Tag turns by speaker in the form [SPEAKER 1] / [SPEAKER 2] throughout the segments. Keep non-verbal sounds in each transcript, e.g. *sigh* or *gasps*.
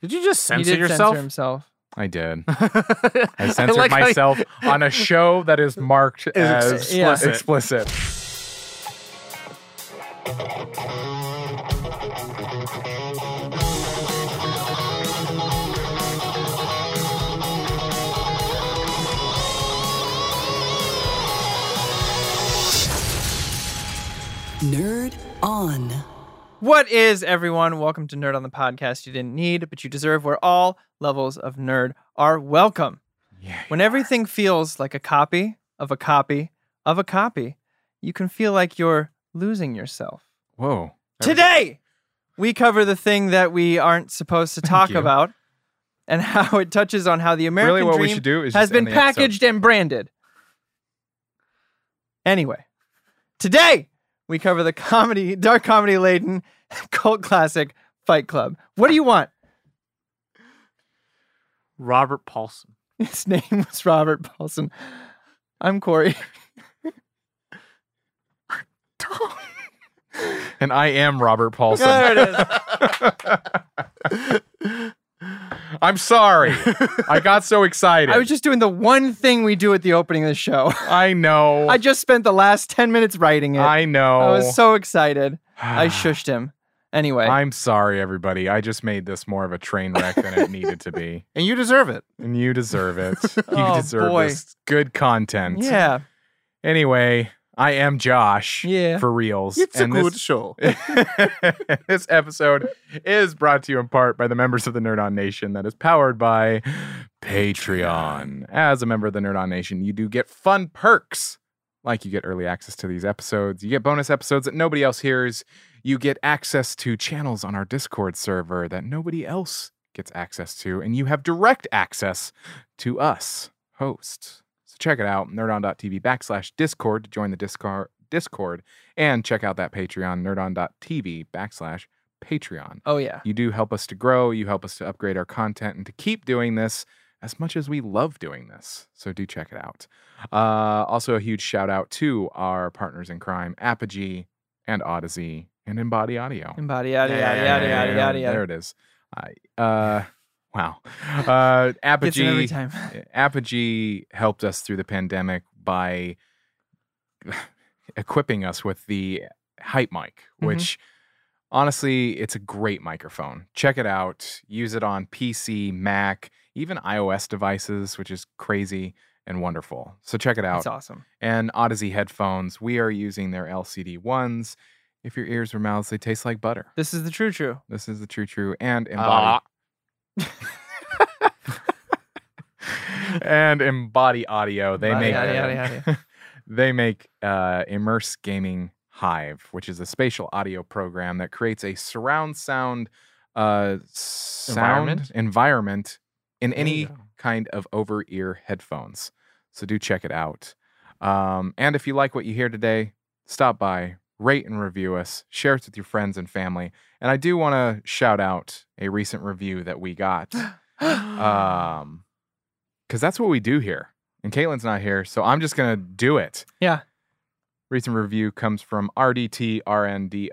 [SPEAKER 1] Did you just
[SPEAKER 2] he
[SPEAKER 1] censor
[SPEAKER 2] did
[SPEAKER 1] yourself?
[SPEAKER 2] censor himself.
[SPEAKER 3] I
[SPEAKER 2] *laughs*
[SPEAKER 3] did. I
[SPEAKER 1] I
[SPEAKER 3] censored
[SPEAKER 1] like how you-
[SPEAKER 3] myself on a show that
[SPEAKER 2] *laughs*
[SPEAKER 3] is marked
[SPEAKER 1] Is
[SPEAKER 3] as
[SPEAKER 1] ex-
[SPEAKER 2] yeah.
[SPEAKER 3] explicit.
[SPEAKER 4] Nerd on.
[SPEAKER 2] What is everyone? Welcome to Nerd on the Podcast You Didn't Need, but You Deserve, where all levels of nerd are welcome.
[SPEAKER 3] Yeah.
[SPEAKER 2] When everything feels like a copy of a copy of a copy, you can feel like you're losing yourself.
[SPEAKER 3] Whoa.
[SPEAKER 2] Today, we cover the thing that we aren't supposed to talk
[SPEAKER 3] you.
[SPEAKER 2] about and *laughs* how it touches on how the American
[SPEAKER 3] really, what we
[SPEAKER 2] dream
[SPEAKER 3] should do is
[SPEAKER 2] has
[SPEAKER 3] just end
[SPEAKER 2] been
[SPEAKER 3] the episode.
[SPEAKER 2] packaged and branded. Anyway, today we cover the comedy, dark comedy laden *laughs* cult classic Fight Club. What do you want? *laughs*
[SPEAKER 1] Robert Paulson.
[SPEAKER 2] His name was Robert Paulson. I'm Corey. *laughs*
[SPEAKER 3] And I am Robert Paulson.
[SPEAKER 2] *laughs* There it is.
[SPEAKER 3] I'm sorry.
[SPEAKER 2] *laughs*
[SPEAKER 3] I got so excited.
[SPEAKER 2] I was just doing the one thing we do at the opening of the show.
[SPEAKER 3] I know.
[SPEAKER 2] *laughs* I just spent the last 10 minutes writing it.
[SPEAKER 3] I know.
[SPEAKER 2] I was so excited.
[SPEAKER 3] *sighs*
[SPEAKER 2] I shushed him. Anyway,
[SPEAKER 3] I'm sorry, everybody. I just made this more of a train wreck than it needed
[SPEAKER 2] *laughs*
[SPEAKER 3] to be.
[SPEAKER 1] And you deserve it.
[SPEAKER 3] And you deserve it. You
[SPEAKER 2] Oh,
[SPEAKER 3] deserve
[SPEAKER 2] boy.
[SPEAKER 3] this good content.
[SPEAKER 2] yeah.
[SPEAKER 3] Anyway, I am Josh.
[SPEAKER 2] Yeah.
[SPEAKER 3] For reals.
[SPEAKER 1] It's a
[SPEAKER 3] And this-
[SPEAKER 1] good show.
[SPEAKER 3] *laughs* this episode is brought to you in part by the members of the Nerd On Nation that is powered by Patreon. As a member of the Nerd On Nation, you do get fun perks. Like you get early access to these episodes, you get bonus episodes that nobody else hears, you get access to channels on our Discord server that nobody else gets access to, and you have direct access to us, hosts. So check it out, nerdon.tv backslash Discord to join the Discord Discord and check out that Patreon, nerdon.tv backslash Patreon.
[SPEAKER 2] Oh, yeah.
[SPEAKER 3] You do help us to grow, you help us to upgrade our content and to keep doing this as much as we love doing this. So do check it out. Uh, also, a huge shout out to our partners in crime, Apogee and Odyssey and Embody Audio.
[SPEAKER 2] Embody, yada,
[SPEAKER 1] Yeah,
[SPEAKER 2] yada,
[SPEAKER 1] yeah,
[SPEAKER 2] yada,
[SPEAKER 1] yeah,
[SPEAKER 2] yada, yada, yada.
[SPEAKER 3] There it is. I, uh, *laughs* wow. Uh,
[SPEAKER 2] Gets him every
[SPEAKER 3] Apogee.
[SPEAKER 2] time.
[SPEAKER 3] Apogee helped us through the pandemic by *laughs* equipping us with the hype mic,
[SPEAKER 2] Mhm.
[SPEAKER 3] which honestly, it's a great microphone. Check it out. Use it on PC, Mac, even iOS devices, which is crazy and wonderful. So check it out
[SPEAKER 2] It's awesome.
[SPEAKER 3] and Odyssey headphones. We are using their LCD ones. If your ears were mouths, they taste like butter.
[SPEAKER 2] This is the true true.
[SPEAKER 3] This is the true true and
[SPEAKER 1] Ah.
[SPEAKER 3] embody. *laughs* and embody audio. They
[SPEAKER 2] Embody
[SPEAKER 3] make
[SPEAKER 2] Audio, Audio,
[SPEAKER 3] they make uh, immerse gaming hive, which is a spatial audio program that creates a surround sound uh, sound
[SPEAKER 1] Environment?
[SPEAKER 3] environment in
[SPEAKER 1] There
[SPEAKER 3] any
[SPEAKER 1] you go.
[SPEAKER 3] kind of over ear headphones. So do check it out. Um, and if you like what you hear today, stop by, rate and review us, share it with your friends and family. And I do want to shout out a recent review that we got.
[SPEAKER 2] Mm.
[SPEAKER 3] Um, because that's what we do here. And Caitlin's not here, so I'm just gonna do it.
[SPEAKER 2] Yeah.
[SPEAKER 3] Recent review comes from RDTRND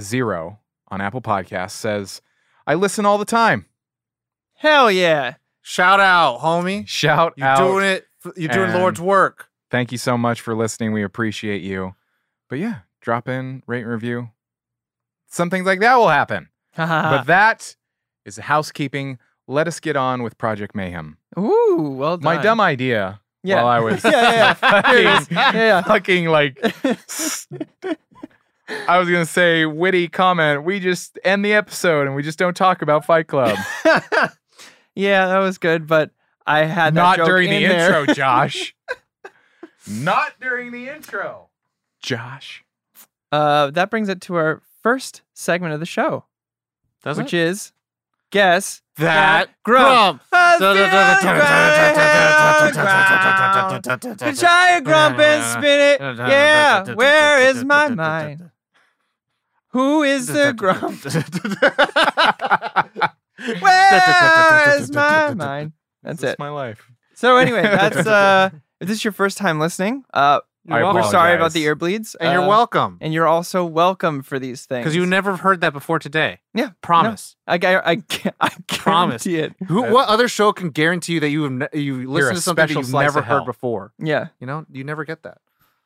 [SPEAKER 3] zero on Apple Podcasts says, I listen all the time.
[SPEAKER 2] Hell yeah.
[SPEAKER 1] Shout out, homie.
[SPEAKER 3] Shout
[SPEAKER 1] You're
[SPEAKER 3] out.
[SPEAKER 1] doing it. You're doing
[SPEAKER 3] and-
[SPEAKER 1] Lord's work.
[SPEAKER 3] Thank you so much for listening. We appreciate you. But yeah, drop in, rate and review. Some things like that will happen.
[SPEAKER 2] Uh.
[SPEAKER 3] But that is housekeeping. Let us get on with Project Mayhem.
[SPEAKER 2] Ooh, well done.
[SPEAKER 3] My dumb idea
[SPEAKER 2] yeah.
[SPEAKER 3] while I
[SPEAKER 2] *laughs*
[SPEAKER 3] was
[SPEAKER 2] yeah,
[SPEAKER 3] *laughs*
[SPEAKER 2] yeah, yeah. Here it is.
[SPEAKER 3] fucking-
[SPEAKER 2] Yeah,
[SPEAKER 3] fucking *laughs* like
[SPEAKER 2] yeah.
[SPEAKER 3] I was gonna say witty comment. We just end the episode and we just don't talk about Fight *laughs* Club.
[SPEAKER 2] yeah, that was good, but I had that
[SPEAKER 3] Not
[SPEAKER 2] joke
[SPEAKER 3] during the
[SPEAKER 2] in there.
[SPEAKER 3] intro, Josh. *laughs* Not during the intro, Josh.
[SPEAKER 2] Uh, that brings it to our first segment of the show, which is guess
[SPEAKER 1] that
[SPEAKER 2] grump.
[SPEAKER 1] grump.
[SPEAKER 2] Could try a grump and spin it. Yeah, where is my mind? Who is the grump? Where is my mind? That's
[SPEAKER 3] This is
[SPEAKER 2] it.
[SPEAKER 3] My life.
[SPEAKER 2] So anyway, that's uh if this is your first time listening, uh
[SPEAKER 3] I
[SPEAKER 2] We're sorry about
[SPEAKER 3] apologize.
[SPEAKER 2] the ear bleeds.
[SPEAKER 5] And you're
[SPEAKER 2] uh,
[SPEAKER 5] welcome.
[SPEAKER 2] And you're also welcome for these things.
[SPEAKER 5] Because you never have heard that before today.
[SPEAKER 2] Yeah, no.
[SPEAKER 5] Promise.
[SPEAKER 2] I, I, I, can't- I
[SPEAKER 5] *laughs* Promise.
[SPEAKER 2] promise it.
[SPEAKER 5] Who?
[SPEAKER 3] Uh,
[SPEAKER 5] What other show can guarantee you that you have ne- you listen
[SPEAKER 3] a
[SPEAKER 5] to something that
[SPEAKER 3] special
[SPEAKER 5] you've
[SPEAKER 3] slice
[SPEAKER 5] never
[SPEAKER 3] of hell.
[SPEAKER 5] heard before?
[SPEAKER 2] Yeah.
[SPEAKER 5] You know, you never get that.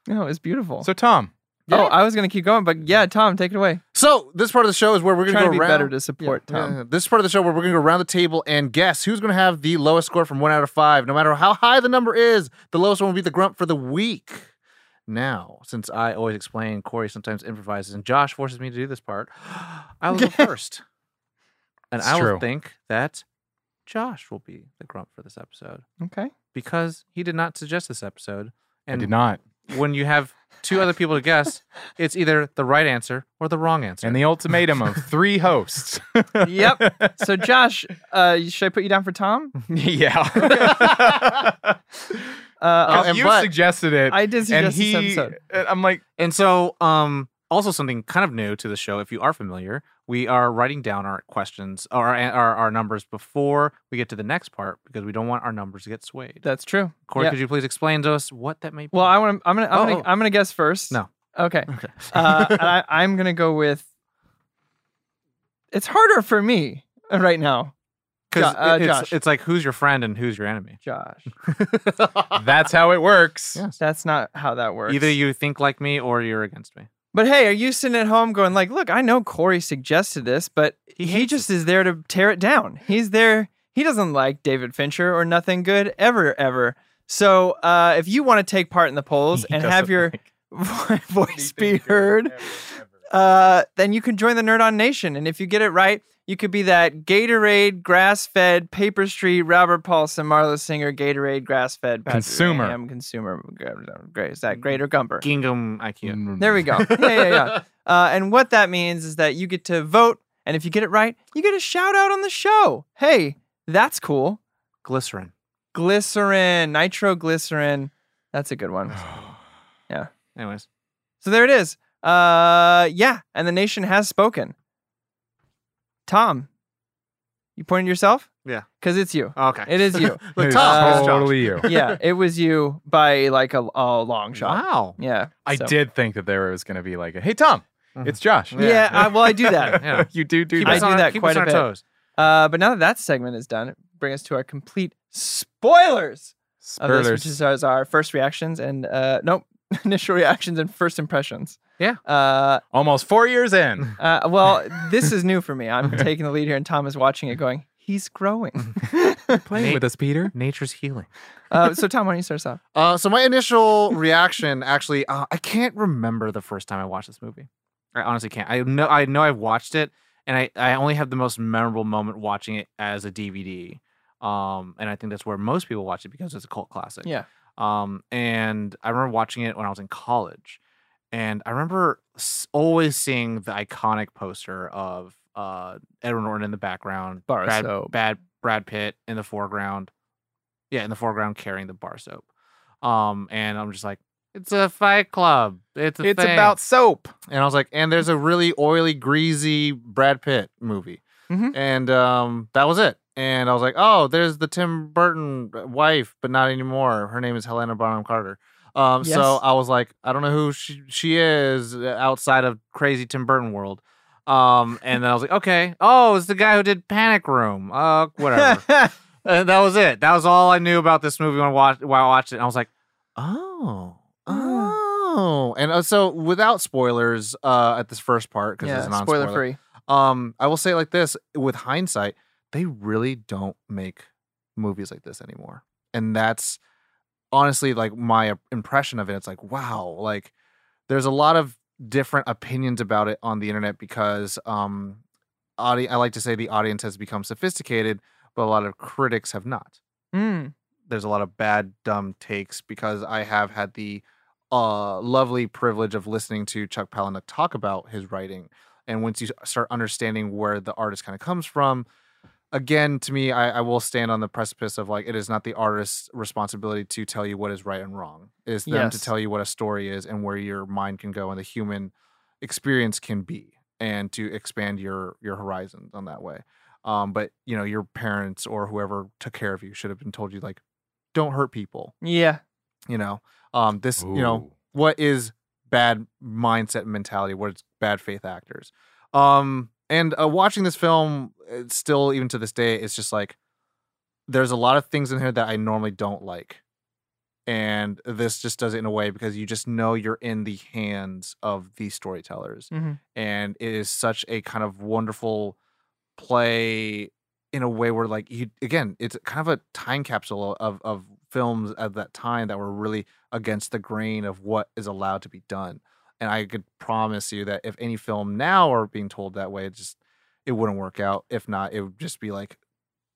[SPEAKER 2] No, it's beautiful.
[SPEAKER 3] So Tom,
[SPEAKER 2] Oh, I was gonna keep going, but yeah, Tom, take it away.
[SPEAKER 5] So this part of the show is where we're gonna
[SPEAKER 2] Trying
[SPEAKER 5] go
[SPEAKER 2] to be
[SPEAKER 5] around.
[SPEAKER 2] better to support Tom.
[SPEAKER 5] Yeah, This is part of the show where we're going to go around the table and guess who's going to have the lowest score from one out of five. No matter how high the number is, the lowest one will be the grump for the week. Now, since I always explain, Corey sometimes improvises, and Josh forces me to do this part, *gasps* I
[SPEAKER 2] *laughs*
[SPEAKER 5] will go first. And
[SPEAKER 3] It's
[SPEAKER 5] I will
[SPEAKER 3] true.
[SPEAKER 5] think that Josh will be the grump for this episode
[SPEAKER 2] Okay.
[SPEAKER 5] because he did not suggest this episode.
[SPEAKER 3] I did
[SPEAKER 5] And
[SPEAKER 3] not.
[SPEAKER 5] when you have two other people to guess, it's either the right answer or the wrong answer.
[SPEAKER 3] And the
[SPEAKER 2] *laughs*
[SPEAKER 3] ultimatum of three hosts.
[SPEAKER 2] Yep. So Josh, uh, should I put you down
[SPEAKER 5] *laughs*
[SPEAKER 2] for Tom?
[SPEAKER 3] *laughs* yeah.
[SPEAKER 2] Uh,
[SPEAKER 5] and
[SPEAKER 3] you
[SPEAKER 5] but-
[SPEAKER 3] suggested *laughs* it.
[SPEAKER 2] I did
[SPEAKER 3] and
[SPEAKER 2] suggest
[SPEAKER 3] he,
[SPEAKER 2] this episode.
[SPEAKER 3] and I'm like,
[SPEAKER 5] And so, um, also something kind of new to the show, if you are familiar, we are writing down our questions or our, our, our numbers before we get to the next part because we don't want our numbers to get swayed.
[SPEAKER 2] That's true.
[SPEAKER 5] Corey,
[SPEAKER 2] yeah.
[SPEAKER 5] could you please explain to us what that may be?
[SPEAKER 2] Well, I want to. I'm gonna. I'm,
[SPEAKER 5] Oh,
[SPEAKER 2] gonna,
[SPEAKER 5] oh.
[SPEAKER 2] I'm gonna guess first.
[SPEAKER 5] No.
[SPEAKER 2] Okay.
[SPEAKER 5] okay.
[SPEAKER 2] Uh, and I, I'm gonna go with. It's harder for me right now,
[SPEAKER 5] 'Cause
[SPEAKER 2] Jo- uh,
[SPEAKER 5] it- it's,
[SPEAKER 2] Josh.
[SPEAKER 5] it's like who's your friend and who's your enemy.
[SPEAKER 2] Josh.
[SPEAKER 3] that's how it works.
[SPEAKER 5] Yes.
[SPEAKER 2] That's not how that works.
[SPEAKER 5] Either you think like me or you're against me.
[SPEAKER 2] But hey, are you sitting at home going like, look, I know Corey suggested this, but he,
[SPEAKER 5] hates
[SPEAKER 2] just is there to tear it down. He's there. He doesn't like David Fincher or nothing good ever, ever. So uh, if you want to take part in the polls
[SPEAKER 3] He
[SPEAKER 2] and have
[SPEAKER 3] doesn't
[SPEAKER 2] your
[SPEAKER 3] like
[SPEAKER 2] *laughs* *laughs* voice be
[SPEAKER 3] anything good
[SPEAKER 2] heard,
[SPEAKER 3] ever, ever.
[SPEAKER 2] uh, then you can join the Nerd On Nation. And if you get it right, you could be that Gatorade grass fed Paper Street Robert Paulson Marla Singer Gatorade grass fed
[SPEAKER 3] Consumer.
[SPEAKER 2] consumer. Great, is that greater Gumper?
[SPEAKER 5] Gingham IQ.
[SPEAKER 3] Mm.
[SPEAKER 2] There we go. Yeah,
[SPEAKER 5] *laughs*
[SPEAKER 2] yeah, *laughs* yeah. Uh, and what that means is that you get to vote, and if you get it right, you get a shout out on the show. Hey, that's cool.
[SPEAKER 5] Glycerin.
[SPEAKER 2] Glycerin, nitroglycerin. That's a good
[SPEAKER 3] *sighs*
[SPEAKER 2] one.
[SPEAKER 5] Anyways.
[SPEAKER 2] So there it is. Uh, yeah, and the nation has spoken. Tom, you pointing to yourself?
[SPEAKER 5] Yeah.
[SPEAKER 2] Because it's you.
[SPEAKER 5] Okay.
[SPEAKER 2] It is you.
[SPEAKER 5] Look,
[SPEAKER 3] It's
[SPEAKER 5] Tom,
[SPEAKER 2] Uh,
[SPEAKER 5] it's Josh.
[SPEAKER 3] totally
[SPEAKER 5] *laughs*
[SPEAKER 3] you.
[SPEAKER 2] yeah, it was you by like a, a long shot.
[SPEAKER 5] Wow.
[SPEAKER 2] Yeah.
[SPEAKER 3] I
[SPEAKER 2] so-
[SPEAKER 3] did think that there was going to be like, a, hey, Tom,
[SPEAKER 5] Mhm.
[SPEAKER 3] it's Josh.
[SPEAKER 2] Yeah, I, well, I do
[SPEAKER 5] *laughs*
[SPEAKER 2] that.
[SPEAKER 5] Yeah.
[SPEAKER 3] *laughs* you do do
[SPEAKER 5] Keep
[SPEAKER 2] I
[SPEAKER 5] us
[SPEAKER 3] that.
[SPEAKER 2] do
[SPEAKER 5] on,
[SPEAKER 2] that
[SPEAKER 5] keep
[SPEAKER 2] quite
[SPEAKER 5] us
[SPEAKER 2] a
[SPEAKER 5] on our
[SPEAKER 2] bit.
[SPEAKER 5] toes.
[SPEAKER 2] Uh, but now that that segment is done, bring us to our complete spoilers of this, which
[SPEAKER 3] Spoilers.
[SPEAKER 2] is our, our first reactions and uh, nope, *laughs* initial reactions and first impressions.
[SPEAKER 5] Yeah.
[SPEAKER 2] Uh,
[SPEAKER 3] Almost four years in.
[SPEAKER 2] uh, well, this is new for me. I'm taking the lead here, and Tom is watching it, going, "He's
[SPEAKER 3] *laughs*
[SPEAKER 2] growing."
[SPEAKER 3] *laughs* Playing
[SPEAKER 5] Nate-
[SPEAKER 3] with us, Peter.
[SPEAKER 5] Nature's healing.
[SPEAKER 2] uh, so, Tom, why don't you start us off?
[SPEAKER 5] Uh, so my initial reaction, actually, uh, I can't remember the first time I watched this movie. I honestly can't. I know I know I've watched it, and I, I only have the most memorable moment watching it as a DVD. Um, and I think that's where most people watch it because it's a cult classic.
[SPEAKER 2] Yeah.
[SPEAKER 5] Um, and I remember watching it when I was in college, and I remember s- always seeing the iconic poster of uh Edward Norton in the background,
[SPEAKER 2] Bar of
[SPEAKER 5] Brad,
[SPEAKER 2] soap.
[SPEAKER 5] Bad Brad Pitt in the foreground. Yeah, in the foreground carrying the bar soap. Um, and I'm just like, it's a fight club. It's a
[SPEAKER 3] It's
[SPEAKER 5] thing."
[SPEAKER 3] about soap.
[SPEAKER 5] and I was like, and there's a really oily, greasy Brad Pitt movie,
[SPEAKER 2] Mhm.
[SPEAKER 5] and um, that was it. And I was like, oh, there's the Tim Burton uh, wife, but not anymore. Her name is Helena Bonham Carter. Um, so
[SPEAKER 2] Yes.
[SPEAKER 5] I was like, I don't know who she, she is uh, outside of crazy Tim Burton world. Um, and then I was like, okay, oh, it's the guy who did Panic Room. Uh,
[SPEAKER 2] *laughs*
[SPEAKER 5] whatever. And Uh, that was it. That was all I knew about this movie when I watched, while I watched it. And I was like, oh,
[SPEAKER 2] Hmm.
[SPEAKER 5] oh. And uh, so, without spoilers uh, at this first part, because it's
[SPEAKER 2] yeah,
[SPEAKER 5] non
[SPEAKER 2] spoiler free.
[SPEAKER 5] Um, I will say it like this: with hindsight, they really don't make movies like this anymore, and that's honestly like my impression of it. It's like, wow, like there's a lot of different opinions about it on the internet because um, audi- I like to say the audience has become sophisticated, but a lot of critics have not
[SPEAKER 2] Mm.
[SPEAKER 5] there's a lot of bad dumb takes because I have had the uh, lovely privilege of listening to Chuck Palahniuk talk about his writing, and once you start understanding where the artist kind of comes from, again, to me, I, I will stand on the precipice of like it is not the artist's responsibility to tell you what is right and wrong. It is them to
[SPEAKER 2] Yes.
[SPEAKER 5] tell you what a story is and where your mind can go and the human experience can be, and to expand your your horizons on that way um, but you know your parents or whoever took care of you should have been told you like don't hurt people
[SPEAKER 2] Yeah.
[SPEAKER 5] you know um, this you know what is bad mindset and mentality, what is bad faith actors. Um, and uh, watching this film, it's still even to this day, it's just like there's a lot of things in here that I normally don't like. And this just does it in a way because you just know you're in the hands of the storytellers.
[SPEAKER 2] Mhm.
[SPEAKER 5] And it is such a kind of wonderful play in a way where like you again, it's kind of a time capsule of of films at that time that were really against the grain of what is allowed to be done. And I could promise you that if any film now are being told that way, it just it wouldn't work out. If not, it would just be like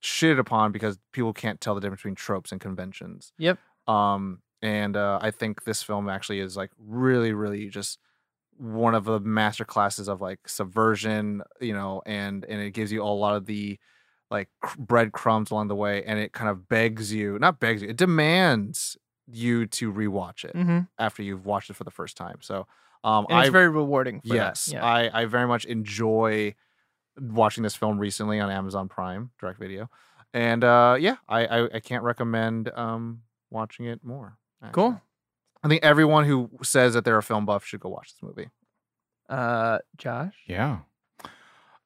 [SPEAKER 5] shitted upon because people can't tell the difference between tropes and conventions.
[SPEAKER 2] Yep.
[SPEAKER 5] Um, and uh, I think this film actually is like really, really just one of the master classes of like subversion, you know, and and it gives you a lot of the like cr- breadcrumbs along the way, and it kind of begs you, not begs you, it demands you to rewatch it
[SPEAKER 2] hmm And
[SPEAKER 5] after you've watched it for the first time. So, um, I
[SPEAKER 2] it's very rewarding. For that.
[SPEAKER 5] yes
[SPEAKER 2] Yeah.
[SPEAKER 5] I, I very much enjoy watching this film recently on amazon prime direct video and uh yeah i i, I can't recommend um watching it more actually.
[SPEAKER 2] Cool.
[SPEAKER 5] i think everyone who says that they're a film buff should go watch this movie
[SPEAKER 2] Uh, Josh.
[SPEAKER 3] Yeah.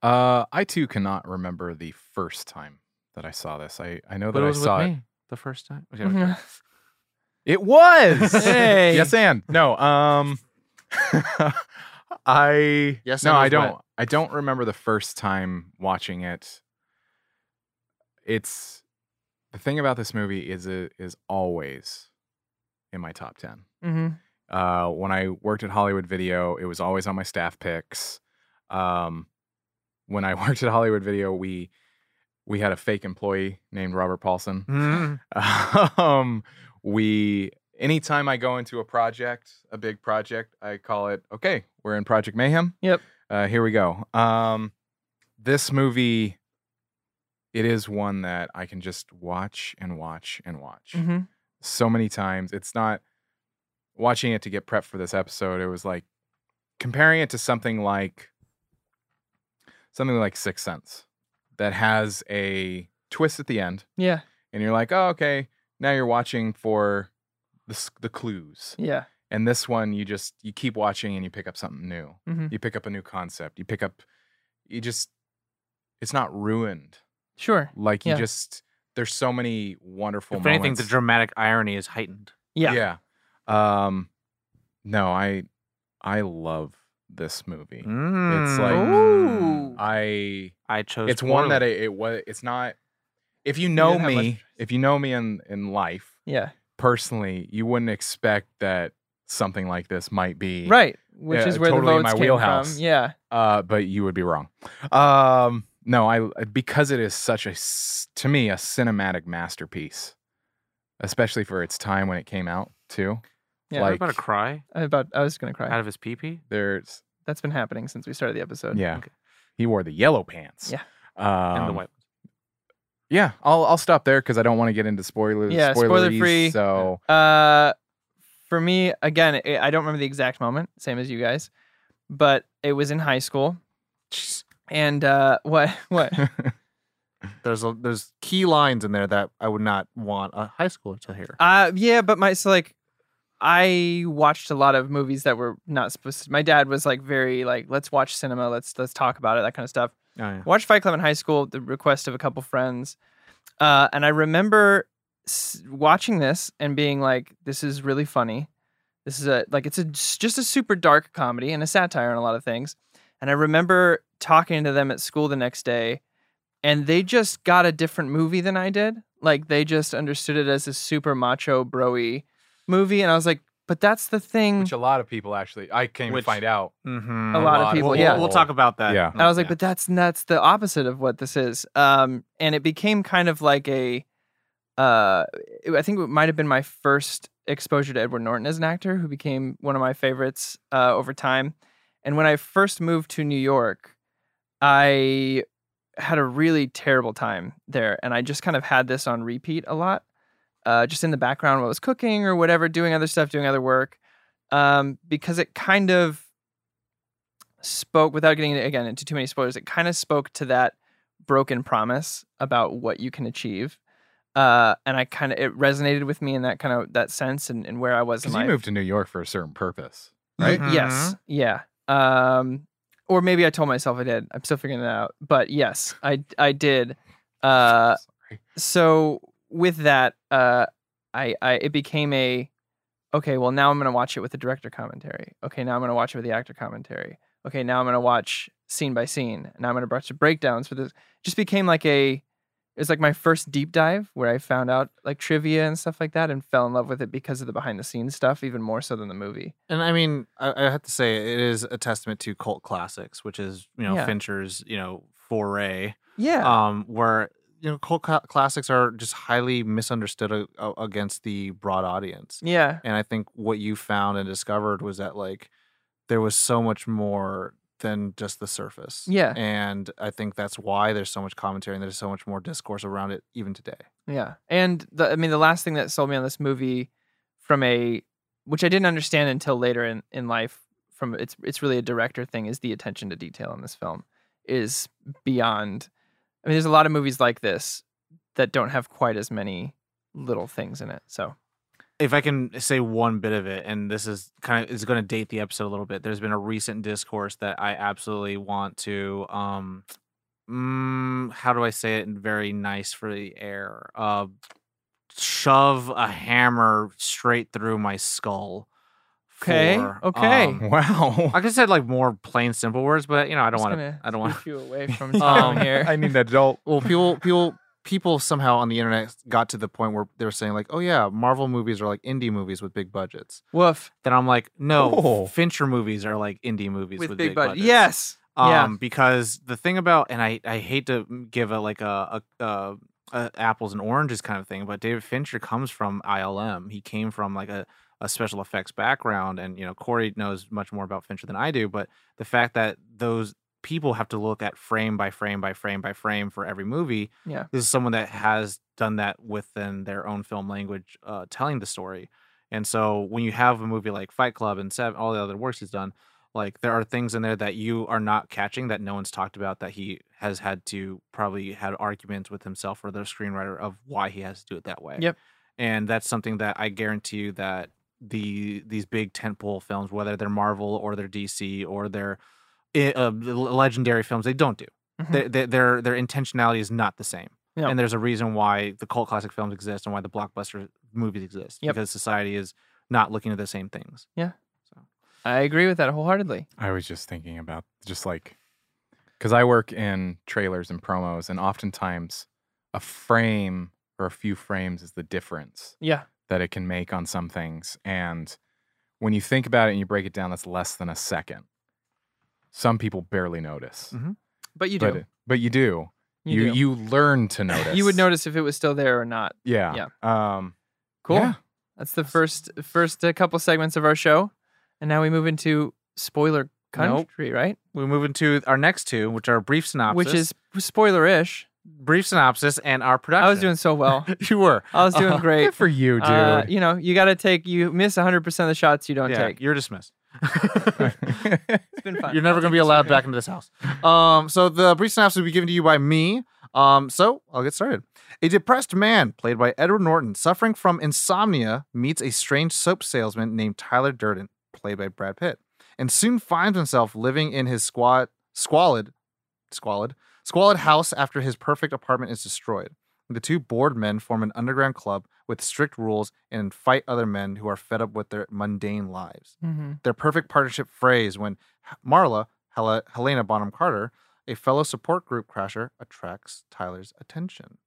[SPEAKER 3] Uh, I too cannot remember the first time that I saw this. I, I know that I saw it.
[SPEAKER 5] the first time *laughs*
[SPEAKER 3] It was.
[SPEAKER 2] Hey.
[SPEAKER 3] Yes, and no. Um, *laughs* I
[SPEAKER 5] Yes
[SPEAKER 3] No,
[SPEAKER 5] and
[SPEAKER 3] I
[SPEAKER 5] was
[SPEAKER 3] don't.
[SPEAKER 5] what?
[SPEAKER 3] I don't remember the first time watching it. It's the thing about this movie is it is always in my top ten.
[SPEAKER 2] mm-hmm.
[SPEAKER 3] Uh, when I worked at Hollywood Video, it was always on my staff picks. Um, when I *laughs* worked at Hollywood Video, we we had a fake employee named Robert Paulson
[SPEAKER 5] Mhm.
[SPEAKER 3] *laughs* um we anytime i go into a project a big project i call it okay we're in project mayhem
[SPEAKER 2] Yep.
[SPEAKER 3] uh here we go um this movie it is one that i can just watch and watch and watch
[SPEAKER 2] Mm-hmm.
[SPEAKER 3] so many times it's not watching it to get prepped for this episode it was like comparing it to something like something like sixth sense that has a twist at the end
[SPEAKER 2] Yeah.
[SPEAKER 3] and you're like, oh, okay, now you're watching for the s- the clues.
[SPEAKER 2] Yeah.
[SPEAKER 3] And this one, you just you keep watching and you pick up something new.
[SPEAKER 2] Mhm.
[SPEAKER 3] You pick up a new concept. You pick up, you just, it's not ruined.
[SPEAKER 2] Sure.
[SPEAKER 3] Like you
[SPEAKER 2] Yeah.
[SPEAKER 3] just, there's so many wonderful.
[SPEAKER 5] if anything the
[SPEAKER 3] moments.
[SPEAKER 5] dramatic irony is heightened
[SPEAKER 2] Yeah.
[SPEAKER 3] yeah. Um, no, I, I love this movie.
[SPEAKER 5] Mm.
[SPEAKER 3] like-
[SPEAKER 2] Ooh.
[SPEAKER 3] I
[SPEAKER 5] i chose
[SPEAKER 3] it's one that
[SPEAKER 5] poorly.
[SPEAKER 3] it, it was. It's not. If you know
[SPEAKER 2] didn't have much
[SPEAKER 3] me,
[SPEAKER 2] choice.
[SPEAKER 3] if you know me in in life,
[SPEAKER 2] Yeah.
[SPEAKER 3] personally, you wouldn't expect that something like this might be
[SPEAKER 2] Right. Which
[SPEAKER 3] Yeah,
[SPEAKER 2] is where
[SPEAKER 3] totally
[SPEAKER 2] the
[SPEAKER 3] in
[SPEAKER 2] votes
[SPEAKER 3] my
[SPEAKER 2] came
[SPEAKER 3] wheelhouse.
[SPEAKER 2] from. Yeah.
[SPEAKER 3] Uh, but you would be wrong. Um, no, I because it is such a s- to me a cinematic masterpiece, especially for its time when it came out too.
[SPEAKER 2] Yeah.
[SPEAKER 5] Am I
[SPEAKER 3] like-
[SPEAKER 5] about to cry
[SPEAKER 2] I about I was gonna
[SPEAKER 5] out
[SPEAKER 2] cry.
[SPEAKER 5] of his pee pee
[SPEAKER 3] There's uh,
[SPEAKER 2] That's been happening since we started the episode.
[SPEAKER 3] yeah,
[SPEAKER 5] Okay.
[SPEAKER 3] he wore the yellow pants.
[SPEAKER 2] Mm, Yeah.
[SPEAKER 3] um,
[SPEAKER 5] and the white
[SPEAKER 3] Yeah, I'll I'll stop there because I don't want to get into spoilers.
[SPEAKER 2] Yeah,
[SPEAKER 3] spoileries,
[SPEAKER 2] spoiler-free.
[SPEAKER 3] So
[SPEAKER 2] Uh, for me, again, i I don't remember the exact moment, same as you guys, but it was in high school. And uh, *laughs* what what?
[SPEAKER 5] there's a, there's key lines in there that i would not want a high schooler to hear
[SPEAKER 2] Uh, yeah, but my so like, I watched a lot of movies that were not supposed. to. My dad was like very like, let's watch cinema, let's let's talk about it, that kind of stuff.
[SPEAKER 5] Oh, yeah.
[SPEAKER 2] Watched Fight Club in high school at the request of a couple friends. Uh, and I remember s- watching this and being like, this is really funny. This is a, like, it's a, s- just a super dark comedy and a satire on a lot of things. And I remember talking to them at school the next day and they just got a different movie than I did. Like, they just understood it as a super macho, broy movie. And I was like, but that's the thing.
[SPEAKER 3] which a lot of people actually I came
[SPEAKER 5] Which-
[SPEAKER 3] to find out.
[SPEAKER 5] Mhm.
[SPEAKER 2] Mm-hmm. A lot of people,
[SPEAKER 5] We'll-
[SPEAKER 2] yeah. Mm,
[SPEAKER 5] we'll, we'll talk about that
[SPEAKER 3] Yeah.
[SPEAKER 2] And I was like, but that's that's the opposite of what this is. Um, and it became kind of like a, uh, it- I think it might have been my first exposure to Edward Norton as an actor, who became one of my favorites uh, over time. And when I first moved to New York, I had a really terrible time there, and I just kind of had this on repeat a lot, uh, just in the background while I was cooking or whatever, doing other stuff, doing other work, um, because it kind of spoke without getting again into too many spoilers it kind of spoke to that broken promise about what you can achieve Uh, and I kind of it resonated with me in that kind of that sense and, and where I was in
[SPEAKER 3] Because you
[SPEAKER 2] life. Mm-hmm.
[SPEAKER 3] moved to New York for a certain purpose, right? Mm-hmm.
[SPEAKER 5] Mhm.
[SPEAKER 2] Yes. Yeah. Um, or maybe I told myself I did. I'm still figuring that out. But yes, I I did. Uh,
[SPEAKER 3] Sorry.
[SPEAKER 2] so with that, uh, I I it became a okay. Well, now I'm gonna watch it with the director commentary. Okay, now I'm gonna watch it with the actor commentary. Okay, now I'm gonna watch scene by scene. Now I'm gonna watch the breakdowns for this. Just became like a. It was like my first deep dive where I found out like trivia and stuff like that and fell in love with it because of the behind the scenes stuff, even more so than the movie.
[SPEAKER 5] And I mean, I, I have to say, it is a testament to cult classics, which is you know
[SPEAKER 2] Yeah.
[SPEAKER 5] Fincher's you know foray,
[SPEAKER 2] Yeah.
[SPEAKER 5] um, where you know cult cla classics are just highly misunderstood a, a- against the broad audience.
[SPEAKER 2] Yeah.
[SPEAKER 5] And I think what you found and discovered was that like there was so much more than just the surface.
[SPEAKER 2] Yeah.
[SPEAKER 5] And I think that's why there's so much commentary and there's so much more discourse around it even today.
[SPEAKER 2] Yeah. And the I mean the last thing that sold me on this movie from a which I didn't understand until later in, in life from it's it's really a director thing is the attention to detail in this film is beyond I mean there's a lot of movies like this that don't have quite as many little things in it. So
[SPEAKER 5] if I can say one bit of it, and this is kind of is going to date the episode a little bit. There's been a recent discourse that I absolutely want to, um, mm, how do I say it in very nice for the air? Uh, shove a hammer straight through my skull.
[SPEAKER 2] Okay,
[SPEAKER 5] for,
[SPEAKER 2] okay.
[SPEAKER 5] um,
[SPEAKER 3] *laughs* Wow.
[SPEAKER 5] I could have said like more plain, simple words, but you know, I don't
[SPEAKER 2] just
[SPEAKER 5] want to.
[SPEAKER 2] gonna
[SPEAKER 5] I don't want.
[SPEAKER 2] scoot you away from *laughs*
[SPEAKER 5] Um,
[SPEAKER 2] Tom here.
[SPEAKER 3] I need an adult.
[SPEAKER 5] Well, people, people, people somehow on the internet got to the point where they were saying like, "Oh yeah, Marvel movies are like indie movies with big budgets."
[SPEAKER 2] Woof
[SPEAKER 5] then I'm like, no,
[SPEAKER 3] Oh.
[SPEAKER 5] Fincher movies are like indie movies with, big,
[SPEAKER 2] bud-
[SPEAKER 5] budgets.
[SPEAKER 2] Yes.
[SPEAKER 5] um,
[SPEAKER 2] yeah.
[SPEAKER 5] because the thing about, and I, I hate to give a like a, a, a, a apples and oranges kind of thing, but David Fincher comes from ILM. He came from like a a special effects background, and you know Corey knows much more about Fincher than I do, but the fact that those people have to look at frame by frame by frame by frame for every movie
[SPEAKER 2] Yeah.
[SPEAKER 5] this is someone that has done that within their own film language uh, telling the story and so when you have a movie like fight club and seven all the other works he's done like there are things in there that you are not catching that no one's talked about that he has had to probably had arguments with himself or the screenwriter of why he has to do it that way
[SPEAKER 2] Yep.
[SPEAKER 5] and that's something that i guarantee you that the these big tentpole films whether they're marvel or they're dc or they're eh, uh, legendary films they don't do
[SPEAKER 2] Mhm.
[SPEAKER 5] they, they, their their intentionality is not the same.
[SPEAKER 2] Yeah.
[SPEAKER 5] And there's a reason why the cult classic films exist and why the blockbuster movies exist
[SPEAKER 2] Yep.
[SPEAKER 5] because society is not looking at the same things.
[SPEAKER 2] I agree with that wholeheartedly.
[SPEAKER 3] I was just thinking about just like because I work in trailers and promos, and oftentimes a frame or a few frames is the difference
[SPEAKER 2] Yeah.
[SPEAKER 3] that it can make on some things. And when you think about it and you break it down, that's less than a second. Some people barely notice,
[SPEAKER 5] Mhm.
[SPEAKER 2] But Mm-hmm. you do.
[SPEAKER 3] but but you do. You you,
[SPEAKER 2] do.
[SPEAKER 3] learn to
[SPEAKER 2] *laughs*
[SPEAKER 3] notice.
[SPEAKER 2] you would notice if it was still there or not.
[SPEAKER 3] Yeah. Yeah. Um,
[SPEAKER 2] Cool.
[SPEAKER 3] yeah.
[SPEAKER 2] That's the first first uh, couple segments of our show, and now we move into spoiler
[SPEAKER 5] Nope.
[SPEAKER 2] country, right?
[SPEAKER 5] We move into our next two, which are brief synopsis,
[SPEAKER 2] Which is spoiler-ish.
[SPEAKER 5] brief synopsis and our production.
[SPEAKER 2] I
[SPEAKER 5] *laughs*
[SPEAKER 2] was doing so well.
[SPEAKER 5] you were
[SPEAKER 2] I was doing
[SPEAKER 5] Uh,
[SPEAKER 2] great.
[SPEAKER 3] Good for you, dude.
[SPEAKER 2] Uh, you know, you got to take. You miss 100 percent of the shots you don't
[SPEAKER 5] yeah,
[SPEAKER 2] take.
[SPEAKER 5] You're dismissed.
[SPEAKER 3] *laughs*
[SPEAKER 2] *laughs* It's been fun.
[SPEAKER 5] You're never going to be allowed back into this house. Um, so the brief synopsis will be given to you by me. Um, so I'll get started. A depressed man, played by Edward Norton, suffering from insomnia, meets a strange soap salesman named Tyler Durden, played by Brad Pitt, and soon finds himself living in his squat, squalid, squalid, squalid house after his perfect apartment is destroyed. The two bored men form an underground club with strict rules and fight other men who are fed up with their mundane lives
[SPEAKER 2] Mhm.
[SPEAKER 5] their perfect partnership phrase when H- Marla, Hel- Helena Bonham Carter, a fellow support group crasher, attracts Tyler's attention.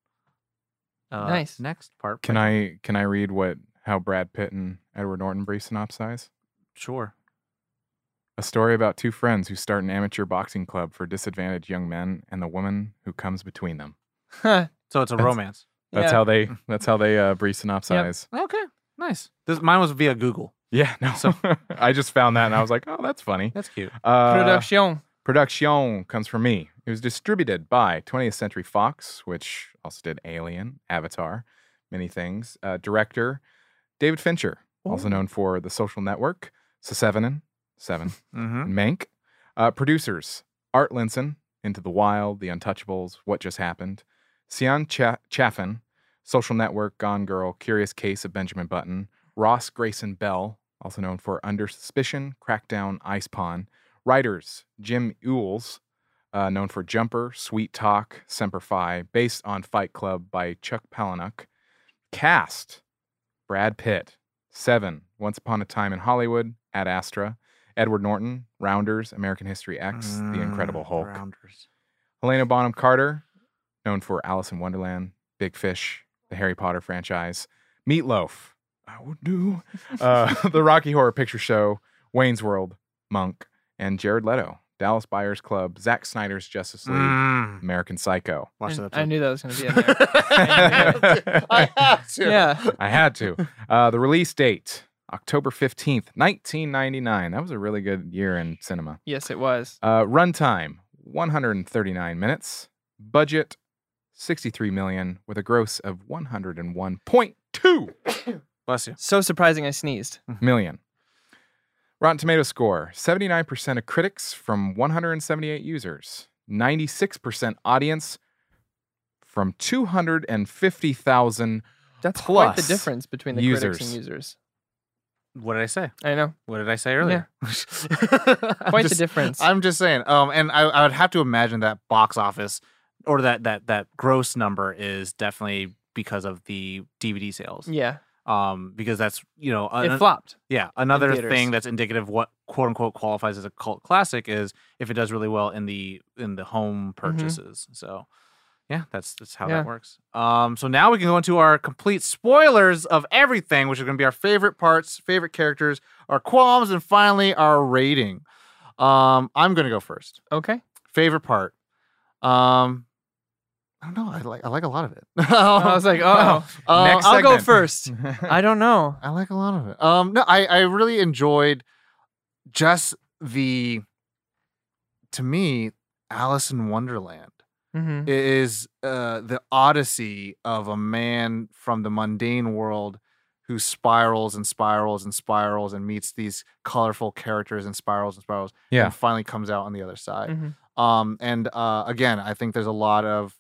[SPEAKER 5] Uh,
[SPEAKER 2] Nice.
[SPEAKER 5] Next part.
[SPEAKER 3] can
[SPEAKER 5] Bridget.
[SPEAKER 3] I can I read what how Brad Pitt and Edward Norton brief synopsize?
[SPEAKER 5] Sure.
[SPEAKER 3] A story about two friends who start an amateur boxing club for disadvantaged young men and the woman who comes between them.
[SPEAKER 2] Huh.
[SPEAKER 5] So it's a
[SPEAKER 3] That's-
[SPEAKER 5] romance.
[SPEAKER 3] That's
[SPEAKER 2] Yeah. *laughs*
[SPEAKER 3] how they that's how they uh brief synopsize.
[SPEAKER 5] Okay. Nice. This mine was via Google.
[SPEAKER 3] Yeah, *laughs* no. I just found that and I was like, "Oh,
[SPEAKER 2] *laughs*
[SPEAKER 3] that's funny."
[SPEAKER 5] That's cute.
[SPEAKER 3] Uh,
[SPEAKER 2] production.
[SPEAKER 3] production comes from me. It was distributed by 20th Century Fox, which also did Alien, Avatar, many things. Uh, director David Fincher, also
[SPEAKER 2] Ooh.
[SPEAKER 3] known for The Social Network, Seven, Seven,
[SPEAKER 5] Mm-hmm.
[SPEAKER 3] and Mank. Uh, producers Art Linson, Into the Wild, The Untouchables, What Just Happened, Sian Cha- Chaffin, Social Network, Gone Girl, Curious Case of Benjamin Button, Ross Grayson Bell, also known for Under Suspicion, Crackdown, Ice Pawn, writers Jim Ewells, uh, known for Jumper, Sweet Talk, Semper Fi, based on Fight Club by Chuck Palahniuk, cast Brad Pitt, Seven, Once Upon a Time in Hollywood, Ad Astra, Edward Norton, Rounders, American History X, The Incredible
[SPEAKER 5] Mm,
[SPEAKER 3] Hulk.
[SPEAKER 5] Rounders.
[SPEAKER 3] Helena Bonham Carter, known for Alice in Wonderland, Big Fish, the Harry Potter franchise, Meatloaf, I would do, uh, *laughs* the Rocky Horror Picture Show, Wayne's World, Monk, and Jared Leto, Dallas Buyers Club, Zack Snyder's Justice League,
[SPEAKER 5] Mm.
[SPEAKER 3] American Psycho.
[SPEAKER 5] Watch that.
[SPEAKER 2] I, I
[SPEAKER 5] episode.
[SPEAKER 2] knew that was going to
[SPEAKER 5] *laughs*
[SPEAKER 2] be in there.
[SPEAKER 3] there.
[SPEAKER 5] I have to.
[SPEAKER 2] yeah.
[SPEAKER 3] I had to. Uh, the release date, October 15th, 1999. That was a really good year in cinema.
[SPEAKER 2] Yes, it was.
[SPEAKER 3] Uh, runtime 139 minutes. Budget 63 million with a gross of 101.2
[SPEAKER 5] Bless you.
[SPEAKER 2] So surprising I sneezed.
[SPEAKER 3] million. Rotten Tomato score 79% of critics from 178 users, 96% audience from
[SPEAKER 2] *laughs*
[SPEAKER 3] 250,000.
[SPEAKER 2] That's quite
[SPEAKER 3] Plus
[SPEAKER 2] the difference between the critics
[SPEAKER 3] users.
[SPEAKER 2] and users.
[SPEAKER 5] What did I say?
[SPEAKER 2] I know.
[SPEAKER 5] What did I say earlier?
[SPEAKER 2] *laughs*
[SPEAKER 5] *laughs*
[SPEAKER 2] Quite
[SPEAKER 5] Quite
[SPEAKER 2] the difference.
[SPEAKER 5] I'm just saying. Um, and I, I would have to imagine that box office or that that that gross number is definitely because of the DVD sales.
[SPEAKER 2] yeah.
[SPEAKER 5] Um, because that's you know
[SPEAKER 2] It
[SPEAKER 5] an-
[SPEAKER 2] flopped.
[SPEAKER 5] yeah another
[SPEAKER 2] theaters.
[SPEAKER 5] thing that's indicative of what quote unquote qualifies as a cult classic is if it does really well in the in the home purchases. So yeah, that's that's how
[SPEAKER 2] Mm-hmm. Yeah.
[SPEAKER 5] that works. Um, so now we can go into our complete spoilers of everything, which is going to be our favorite parts, favorite characters, our qualms, and finally our rating. Um, I'm going to go first.
[SPEAKER 2] Okay.
[SPEAKER 5] Favorite part. Um, I don't know. I like I like a lot of it. *laughs*
[SPEAKER 2] I was like, oh,
[SPEAKER 5] Uh,
[SPEAKER 3] Next
[SPEAKER 2] I'll go
[SPEAKER 3] segment.
[SPEAKER 2] first. I don't know.
[SPEAKER 5] I like a lot of it. Um, no, I I really enjoyed just the to me Alice in Wonderland
[SPEAKER 2] Mm-hmm.
[SPEAKER 5] is uh the odyssey of a man from the mundane world who spirals and spirals and spirals and meets these colorful characters and spirals and spirals
[SPEAKER 3] Yeah.
[SPEAKER 5] and finally comes out on the other side.
[SPEAKER 2] Mhm.
[SPEAKER 5] Um, and uh, again, I think there's a lot of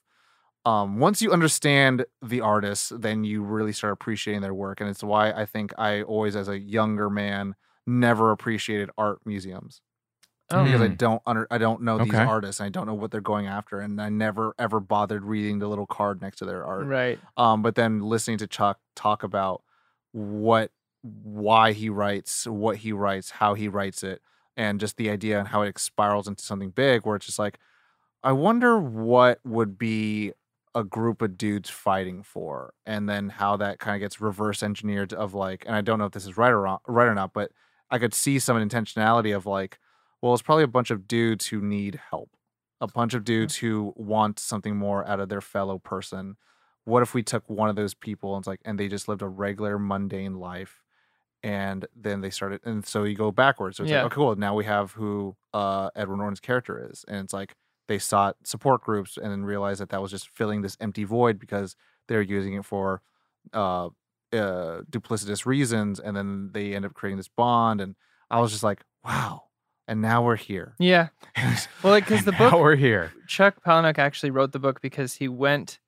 [SPEAKER 5] um, once you understand the artists, then you really start appreciating their work, and it's why I think I always, as a younger man, never appreciated art museums
[SPEAKER 2] Oh.
[SPEAKER 5] because I
[SPEAKER 3] Mm.
[SPEAKER 5] don't under, I don't know these
[SPEAKER 3] Okay.
[SPEAKER 5] artists, and I don't know what they're going after, and I never ever bothered reading the little card next to their art.
[SPEAKER 2] Right.
[SPEAKER 5] Um, but then listening to Chuck talk about what, why he writes, what he writes, how he writes it, and just the idea and how it spirals into something big, where it's just like, I wonder what would be a group of dudes fighting for, and then how that kind of gets reverse engineered of like, and I don't know if this is right or wrong, right or not, but I could see some intentionality of like, well, it's probably a bunch of dudes who need help, a bunch of dudes who want something more out of their fellow person, what if we took one of those people and it's like and they just lived a regular mundane life and then they started and so you go backwards so it's
[SPEAKER 2] Yeah.
[SPEAKER 5] like okay cool now we have who uh edward norton's character is and it's like they sought support groups and then realized that that was just filling this empty void because they're using it for uh, uh duplicitous reasons and then they end up creating this bond and i was just like wow and now we're *laughs* here
[SPEAKER 2] Yeah. Well, like, 'cause *laughs*
[SPEAKER 3] And
[SPEAKER 2] the book-
[SPEAKER 3] now we're here.
[SPEAKER 2] Chuck Palahniuk actually wrote the book because he went.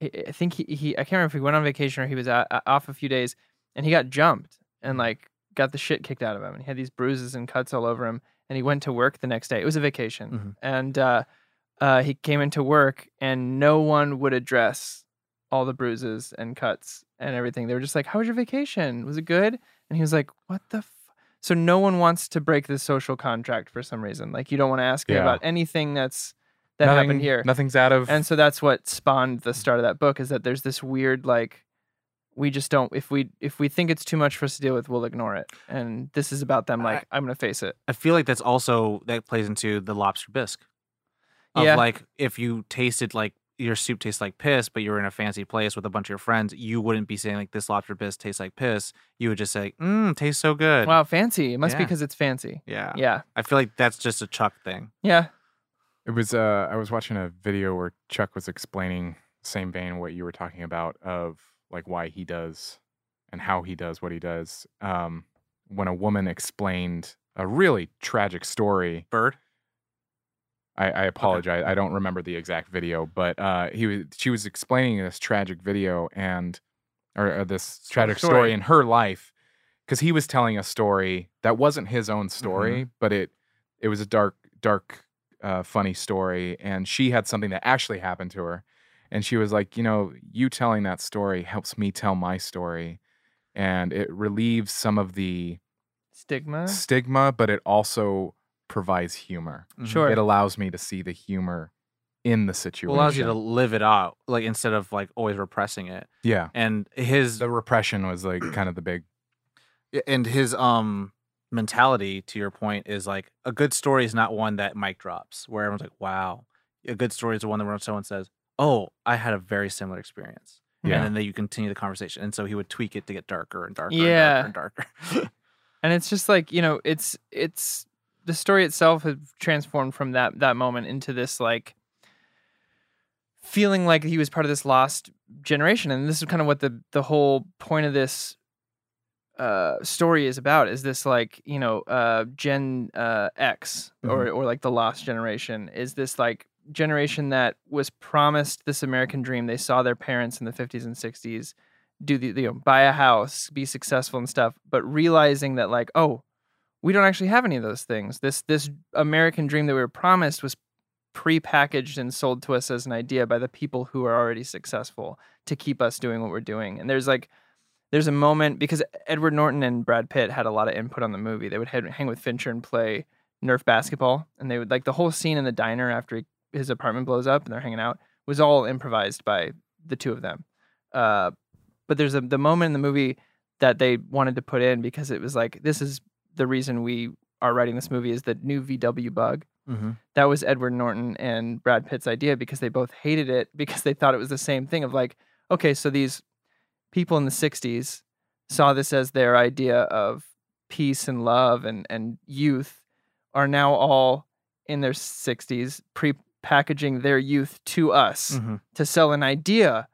[SPEAKER 2] I I think he, he I can't remember if he went on vacation or he was out, off a few days, and he got jumped and like got the shit kicked out of him, and he had these bruises and cuts all over him, and he went to work the next day. It was a vacation,
[SPEAKER 5] Mhm.
[SPEAKER 2] and uh, uh, he came into work, and no one would address all the bruises and cuts and everything. They were just like, "How was your vacation? Was it good?" And he was like, "What the." F-? So no one wants to break this social contract for some reason. Like you don't want to ask me
[SPEAKER 3] Yeah.
[SPEAKER 2] about anything that's that
[SPEAKER 3] Nothing-
[SPEAKER 2] happened here.
[SPEAKER 3] Nothing's out of.
[SPEAKER 2] And so that's what spawned the start of that book is that there's this weird like we just don't if we if we think it's too much for us to deal with, we'll ignore it. And this is about them like I, am gonna face it.
[SPEAKER 5] i feel like that's also that plays into the lobster bisque of
[SPEAKER 2] Yeah.
[SPEAKER 5] like if you tasted like your soup tastes like piss, but you're in a fancy place with a bunch of your friends, you wouldn't be saying like this lobster bisque tastes like piss. You would just say, "Mmm, tastes so good."
[SPEAKER 2] wow, fancy. It must be
[SPEAKER 5] Yeah.
[SPEAKER 2] because it's fancy.
[SPEAKER 5] yeah.
[SPEAKER 2] Yeah.
[SPEAKER 5] I feel like that's just a Chuck thing.
[SPEAKER 2] Yeah.
[SPEAKER 3] It was uh I was watching a video where Chuck was explaining same vein what you were talking about of like why he does and how he does what he does. Um when a woman explained a really tragic story
[SPEAKER 5] Bird.
[SPEAKER 3] I, I apologize. I don't remember the exact video, but uh, he was she was explaining this tragic video and or, or this tragic story.
[SPEAKER 2] story.
[SPEAKER 3] in her life because he was telling a story that wasn't his own story, but it it was a dark dark uh, funny story, and she had something that actually happened to her, and she was like, you know, you telling that story helps me tell my story, and it relieves some of the
[SPEAKER 2] Stigma.
[SPEAKER 3] stigma, but it also provides humor
[SPEAKER 5] Mhm.
[SPEAKER 2] Sure.
[SPEAKER 3] it allows me to see the humor in the situation.
[SPEAKER 5] allows you to live it out, like instead of like always repressing it.
[SPEAKER 3] yeah.
[SPEAKER 5] And his
[SPEAKER 3] The repression was like kind of the big
[SPEAKER 5] and his um mentality to your point is like a good story is not one that mic drops where everyone's like wow a good story is the one that when someone says oh i had a very similar experience
[SPEAKER 3] yeah.
[SPEAKER 5] and then they, you continue the conversation and so he would tweak it to get darker and darker
[SPEAKER 2] Yeah.
[SPEAKER 5] and darker and darker
[SPEAKER 2] and it's just like you know it's it's the story itself has transformed from that that moment into this like feeling like he was part of this lost generation and this is kind of what the the whole point of this uh story is about is this like you know uh gen uh x or or like the lost generation is this like generation that was promised this american dream they saw their parents in the 50s and 60s do the you know buy a house, be successful and stuff, but realizing that like oh, we don't actually have any of those things. This this American dream that we were promised was prepackaged and sold to us as an idea by the people who are already successful to keep us doing what we're doing. And there's like there's a moment because Edward Norton and Brad Pitt had a lot of input on the movie. They would head, hang with Fincher and play Nerf basketball, and they would like the whole scene in the diner after he, his apartment blows up and they're hanging out was all improvised by the two of them. Uh, but there's a the moment in the movie that they wanted to put in because it was like this is the reason we are writing this movie is the new VW bug.
[SPEAKER 5] mm-hmm.
[SPEAKER 2] That was Edward Norton and Brad Pitt's idea because they both hated it *laughs* because they thought it was the same thing of like okay, so these people in the 60s saw this as their idea of peace and love and and youth are now all in their 60s pre packaging their youth to us
[SPEAKER 5] Mhm.
[SPEAKER 2] to sell an idea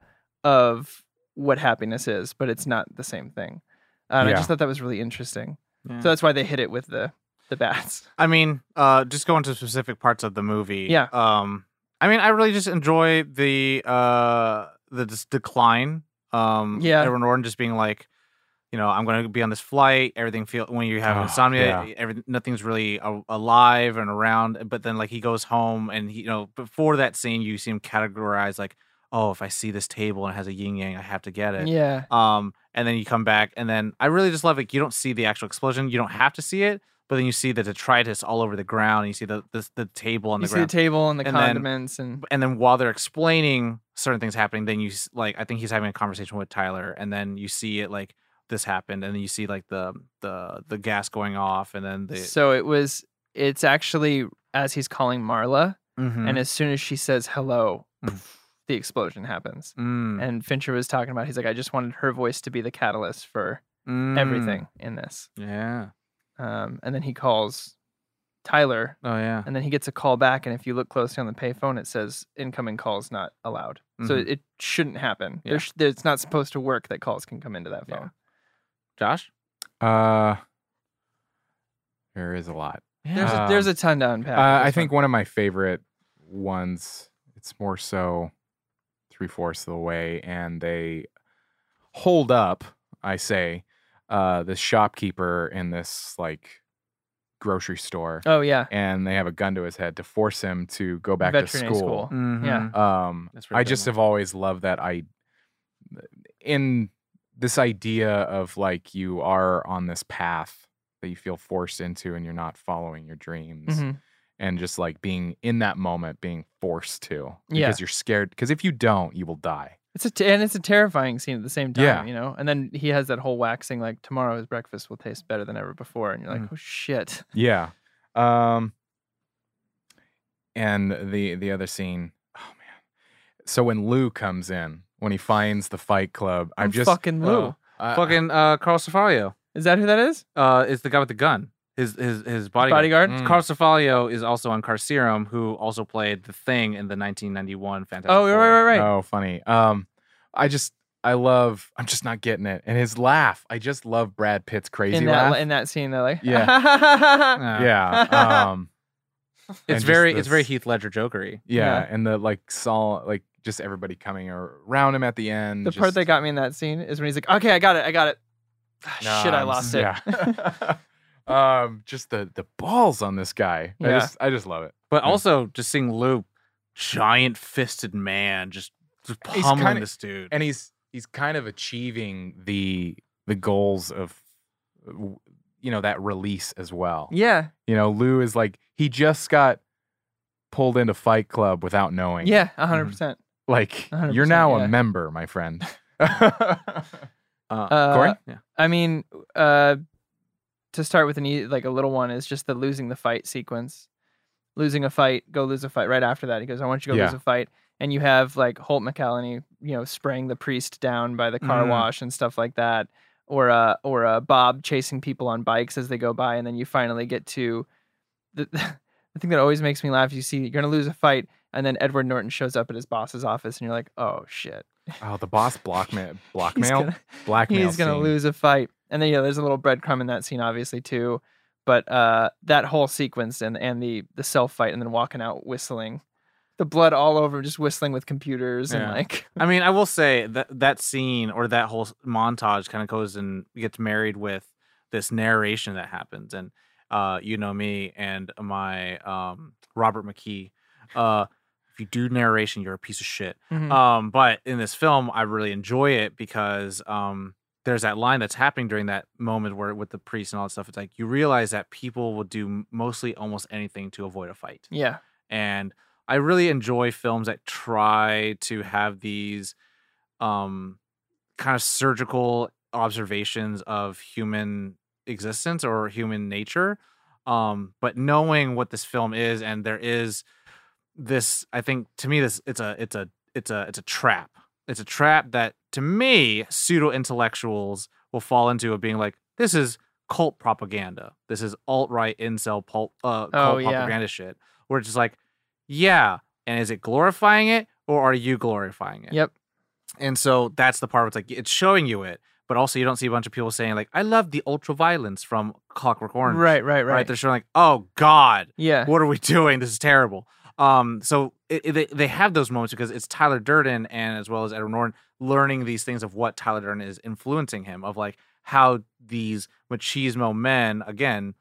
[SPEAKER 2] of what happiness is, but it's not the same thing. Uh, and I
[SPEAKER 3] Yeah.
[SPEAKER 2] just thought that was really interesting.
[SPEAKER 5] Yeah.
[SPEAKER 2] So that's why they hit it with the
[SPEAKER 5] *laughs*
[SPEAKER 2] the *laughs* bats.
[SPEAKER 5] I mean, uh, just going to specific parts of the movie.
[SPEAKER 2] Yeah.
[SPEAKER 5] Um, I mean, I really just enjoy the uh the dis- decline. Um,
[SPEAKER 2] Yeah.
[SPEAKER 5] Edward Norton just being like, you know, I'm going to be on this flight. Everything feel when you have
[SPEAKER 3] Oh,
[SPEAKER 5] insomnia,
[SPEAKER 3] yeah.
[SPEAKER 5] everything nothing's really a- alive and around. But then like he goes home and he, you know, before that scene, you see him categorize like, oh, if I see this table and it has a yin yang, I have to get it.
[SPEAKER 2] Yeah.
[SPEAKER 5] Um, and then you come back, and then I really just love like you don't see the actual explosion, you don't have to see it, but then you see the detritus all over the ground, and you see the the, the table on
[SPEAKER 2] You
[SPEAKER 5] the
[SPEAKER 2] see
[SPEAKER 5] ground,
[SPEAKER 2] the table and the
[SPEAKER 5] And then-
[SPEAKER 2] condiments and
[SPEAKER 5] and then while they're explaining certain things happening, then you s- like I think he's having a conversation with Tyler, and then you see it like this happened, and then you see like the the the gas going off, and then the
[SPEAKER 2] so it was it's actually as he's calling Marla
[SPEAKER 5] Mhm.
[SPEAKER 2] and as soon as she says hello,
[SPEAKER 5] Mm.
[SPEAKER 2] the explosion happens.
[SPEAKER 5] Mm,
[SPEAKER 2] And Fincher was talking about he's like I just wanted her voice to be the catalyst for
[SPEAKER 5] mm.
[SPEAKER 2] everything in this.
[SPEAKER 5] Yeah.
[SPEAKER 2] Um, and then he calls Tyler
[SPEAKER 5] Oh yeah.
[SPEAKER 2] and then he gets a call back and if you look closely on the payphone it says incoming calls not allowed so
[SPEAKER 3] Mm-hmm.
[SPEAKER 5] Mhm.
[SPEAKER 2] it shouldn't happen
[SPEAKER 5] Yeah.
[SPEAKER 2] There sh- there- it's not supposed to work that calls can come into that
[SPEAKER 5] Yeah.
[SPEAKER 2] phone
[SPEAKER 5] Josh.
[SPEAKER 3] uh there is a lot.
[SPEAKER 2] there's, a, there's a ton to unpack with
[SPEAKER 3] Uh, I
[SPEAKER 2] this
[SPEAKER 3] think
[SPEAKER 2] one.
[SPEAKER 3] one of my favorite ones, it's more so three fourths of the way, and they hold up, I say, uh, this shopkeeper in this like grocery store,
[SPEAKER 2] oh yeah
[SPEAKER 3] and they have a gun to his head to force him to go back to
[SPEAKER 2] Veterinary school.
[SPEAKER 5] Mm-hmm.
[SPEAKER 2] Yeah.
[SPEAKER 3] Um,
[SPEAKER 5] That's really
[SPEAKER 3] I
[SPEAKER 5] good
[SPEAKER 3] just
[SPEAKER 5] one.
[SPEAKER 3] have always loved that I in this idea of like you are on this path that you feel forced into and you're not following your dreams
[SPEAKER 5] Mm-hmm.
[SPEAKER 2] Mhm.
[SPEAKER 3] and just like being in that moment being forced to because
[SPEAKER 2] Yeah.
[SPEAKER 3] you're scared because if you don't you will die
[SPEAKER 2] it's a t- and it's a terrifying scene at the same time
[SPEAKER 3] Yeah.
[SPEAKER 2] you know and then he has that whole waxing like tomorrow's breakfast will taste better than ever before and you're like
[SPEAKER 5] Mm.
[SPEAKER 2] oh shit
[SPEAKER 3] yeah um and the the other scene oh man so when lou comes in when he finds the fight club i'm
[SPEAKER 2] I'm
[SPEAKER 3] just
[SPEAKER 2] fucking Lou
[SPEAKER 5] Oh.
[SPEAKER 3] I-
[SPEAKER 5] Fucking uh, Carl Safario.
[SPEAKER 2] is that who that is
[SPEAKER 5] uh, is the guy with the gun. His his his bodyguard.
[SPEAKER 2] bodyguard
[SPEAKER 3] Mm.
[SPEAKER 5] Carl Cefalio is also on Carcerum, who also played the Thing in the 1991 Fantastic.
[SPEAKER 2] oh right
[SPEAKER 5] Four.
[SPEAKER 2] right right
[SPEAKER 3] Oh, funny. Um, I just I love. I'm just not getting it. And his laugh. I just love Brad Pitt's crazy
[SPEAKER 2] in that *laughs*
[SPEAKER 3] laugh. *laughs*
[SPEAKER 2] in that scene they're like
[SPEAKER 3] Yeah.
[SPEAKER 5] Uh,
[SPEAKER 3] yeah. Um, And
[SPEAKER 5] It's
[SPEAKER 3] just
[SPEAKER 5] very it's very
[SPEAKER 3] this-
[SPEAKER 5] Heath Ledger jokery.
[SPEAKER 2] *laughs*
[SPEAKER 3] Yeah,
[SPEAKER 2] Yeah.
[SPEAKER 3] and the like saw like just everybody coming ar- around him at the end.
[SPEAKER 2] The part that got me in that scene is when he's like, "Okay, I got it, I got it." *sighs*
[SPEAKER 5] Nah,
[SPEAKER 2] Shit, I
[SPEAKER 5] I'm *laughs*
[SPEAKER 2] lost it.
[SPEAKER 3] Yeah. *laughs* um, just the the balls on this guy. I
[SPEAKER 2] Yeah.
[SPEAKER 3] just I just love it.
[SPEAKER 5] But
[SPEAKER 3] Yeah.
[SPEAKER 5] also just seeing Luke, giant fisted man, just, just
[SPEAKER 3] He's
[SPEAKER 5] pummeling
[SPEAKER 3] kinda-
[SPEAKER 5] this dude.
[SPEAKER 2] Eh,
[SPEAKER 3] And he's he's kind of achieving the the goals of uh, w- you know that release as well.
[SPEAKER 2] *laughs* Yeah,
[SPEAKER 3] You know, Lou is like he just got pulled into Fight Club without knowing.
[SPEAKER 2] yeah,
[SPEAKER 5] mm-hmm.
[SPEAKER 2] hundred percent.
[SPEAKER 3] Like
[SPEAKER 2] A hundred
[SPEAKER 3] you're
[SPEAKER 2] percent,
[SPEAKER 3] now
[SPEAKER 2] yeah.
[SPEAKER 3] a member,
[SPEAKER 2] *laughs*
[SPEAKER 3] my friend. *laughs*
[SPEAKER 2] Uh,
[SPEAKER 3] Corey?
[SPEAKER 5] Yeah.
[SPEAKER 2] I mean, uh, to start with an e- like a little one is just the losing the fight sequence. Losing a fight, go lose a fight. Right after that, he goes, "I want you to go lose
[SPEAKER 3] Yeah.
[SPEAKER 2] a fight." And you have like Holt McCallany, you know, spraying the priest down by the car
[SPEAKER 5] Mm.
[SPEAKER 3] Mm-hmm.
[SPEAKER 2] wash and stuff like that, or uh, or uh, Bob chasing people on bikes as they go by, and then you finally get to the *laughs* the thing that always makes me laugh. You see, you're gonna lose a fight, and then Edward Norton shows up at his boss's office, and you're like, "Oh shit!"
[SPEAKER 3] oh, the boss block ma-
[SPEAKER 2] He's
[SPEAKER 3] blackmail.
[SPEAKER 2] gonna-
[SPEAKER 3] blackmail.
[SPEAKER 2] he's gonna
[SPEAKER 3] scene.
[SPEAKER 2] lose a fight and then yeah there's a little breadcrumb in that scene obviously too but uh that whole sequence and and the the self fight and then walking out whistling the blood all over him, just whistling with computers and
[SPEAKER 5] Yeah.
[SPEAKER 2] like *laughs*
[SPEAKER 5] I mean, I will say that that scene or that whole s- montage kind of goes and gets married with this narration that happens, and uh, you know me and my um, Robert McKee. Uh, if you do narration, you're a piece of shit.
[SPEAKER 2] Mm-hmm. uh,
[SPEAKER 5] Um, but in this film, I really enjoy it because um, there's that line that's happening during that moment where with the priest and all that stuff. It's like you realize that people will do m- mostly almost anything to avoid a fight
[SPEAKER 2] yeah
[SPEAKER 5] and I really enjoy films that try to have these um kind of surgical observations of human existence or human nature um but knowing what this film is and there is this I think to me this it's a it's a it's a it's a trap it's a trap that to me pseudo intellectuals will fall into of being like this is cult propaganda this is alt-right incel pulp, uh, cult
[SPEAKER 2] Oh, yeah.
[SPEAKER 5] propaganda shit where it's just like yeah and is it glorifying it or are you glorifying it
[SPEAKER 2] yep
[SPEAKER 5] and so that's the part where it's like it's showing you it but also you don't see a bunch of people saying like i love the ultra violence from clockwork orange
[SPEAKER 2] right right right,
[SPEAKER 5] right they're showing like oh god
[SPEAKER 2] yeah
[SPEAKER 5] what are we *laughs* doing? This is terrible. Um, so it, it- they they have those moments because it's Tyler Durden and as well as Edward Norton learning these things of what Tyler Durden is influencing him of like how these machismo men again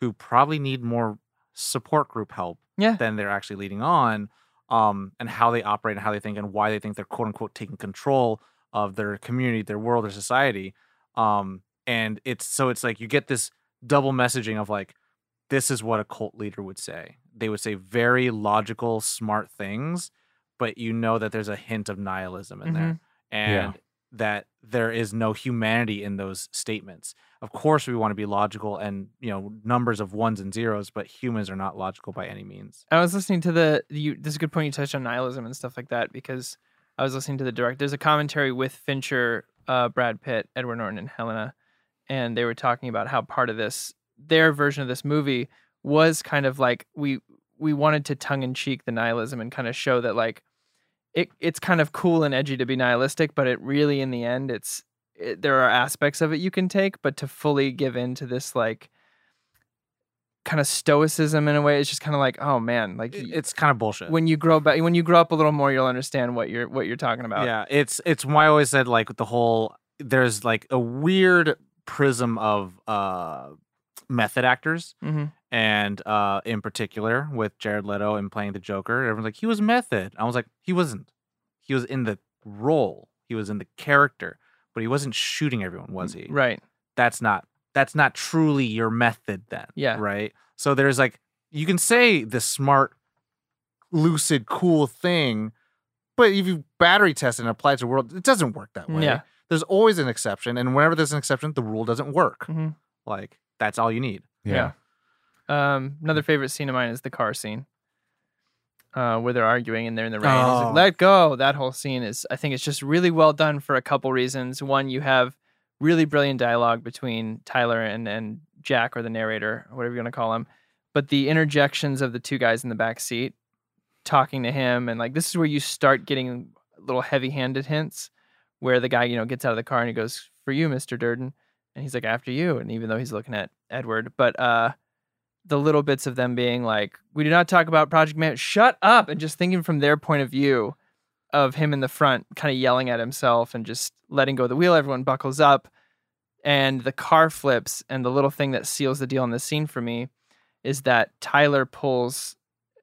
[SPEAKER 5] who probably need more support group help
[SPEAKER 2] Yeah.
[SPEAKER 5] than they're actually leading on um and how they operate and how they think and why they think they're quote unquote taking control of their community their world their society um and it's so it's like you get this double messaging of like this is what a cult leader would say. They would say very logical, smart things, but you know that there's a hint of nihilism in there
[SPEAKER 3] Yeah.
[SPEAKER 5] and that there is no humanity in those statements. Of course, we want to be logical and, you know, numbers of ones and zeros, but humans are not logical by any means.
[SPEAKER 2] I was listening to the you. This is a good point you touched on nihilism and stuff like that because I was listening to the direct. There's a commentary with Fincher, uh, Brad Pitt, Edward Norton, and Helena, and they were talking about how part of this, their version of this movie, was kind of like we we wanted to tongue in cheek the nihilism and kind of show that like it it's kind of cool and edgy to be nihilistic, but it really in the end it's it, there are aspects of it you can take, but to fully give in to this like kind of stoicism in a way, it's just kind of like oh man, like
[SPEAKER 5] It-
[SPEAKER 2] y-
[SPEAKER 5] It's kind of *laughs* bullshit.
[SPEAKER 2] when you grow back when you grow up a little more, you'll understand what you're what you're talking about.
[SPEAKER 5] Yeah, it's it's why I always said like the whole there's like a weird prism of uh method actors
[SPEAKER 2] Mhm.
[SPEAKER 5] and uh, in particular with Jared Leto and playing the Joker, everyone's like, he was method. I was like, he wasn't. He was in the role. He was in the character, but he wasn't shooting everyone, was he?
[SPEAKER 2] Right.
[SPEAKER 5] That's not. That's not truly your method then.
[SPEAKER 2] Yeah.
[SPEAKER 5] Right. So there's like you can say the smart, lucid, cool thing, but if you battery test it and apply it to the world, it doesn't work that way.
[SPEAKER 2] Yeah.
[SPEAKER 5] There's always an exception, and whenever there's an exception, the rule doesn't work.
[SPEAKER 2] Mhm.
[SPEAKER 5] Like that's all you need.
[SPEAKER 3] Yeah.
[SPEAKER 2] Um, another favorite scene of mine is the car scene. Uh, where they're arguing and they're in the rain. He's like,
[SPEAKER 5] Oh.
[SPEAKER 2] Let go. That whole scene is I think it's just really well done for a couple reasons. One, you have really brilliant dialogue between Tyler and, and Jack or the narrator, or whatever you want to call him. But the interjections of the two guys in the back seat talking to him and like this is where you start getting little heavy handed hints where the guy, you know, gets out of the car and he goes, For you, Mr. Durden. And he's like, After you. And even though he's looking at Edward, but uh the little bits of them being like, "We do not talk about Project Man." Shut up! And just thinking from their point of view, of him in the front, kind of yelling at himself and just letting go of the wheel. Everyone buckles up, and the car flips. And the little thing that seals the deal on this scene for me is that Tyler pulls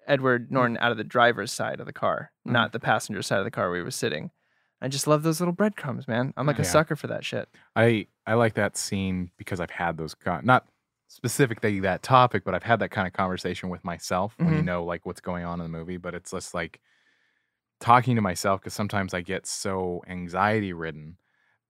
[SPEAKER 2] Edward Norton out of the driver's side of the car, not the passenger side of the car where he was sitting. I just love those little breadcrumbs, man. I'm like a
[SPEAKER 3] Yeah.
[SPEAKER 2] sucker for that shit.
[SPEAKER 3] I I like that scene because I've had those con- not specifically that topic, but I've had that kind of conversation with myself when you
[SPEAKER 2] Mhm.
[SPEAKER 3] know like what's going on in the movie. But it's just like talking to myself because sometimes I get so anxiety ridden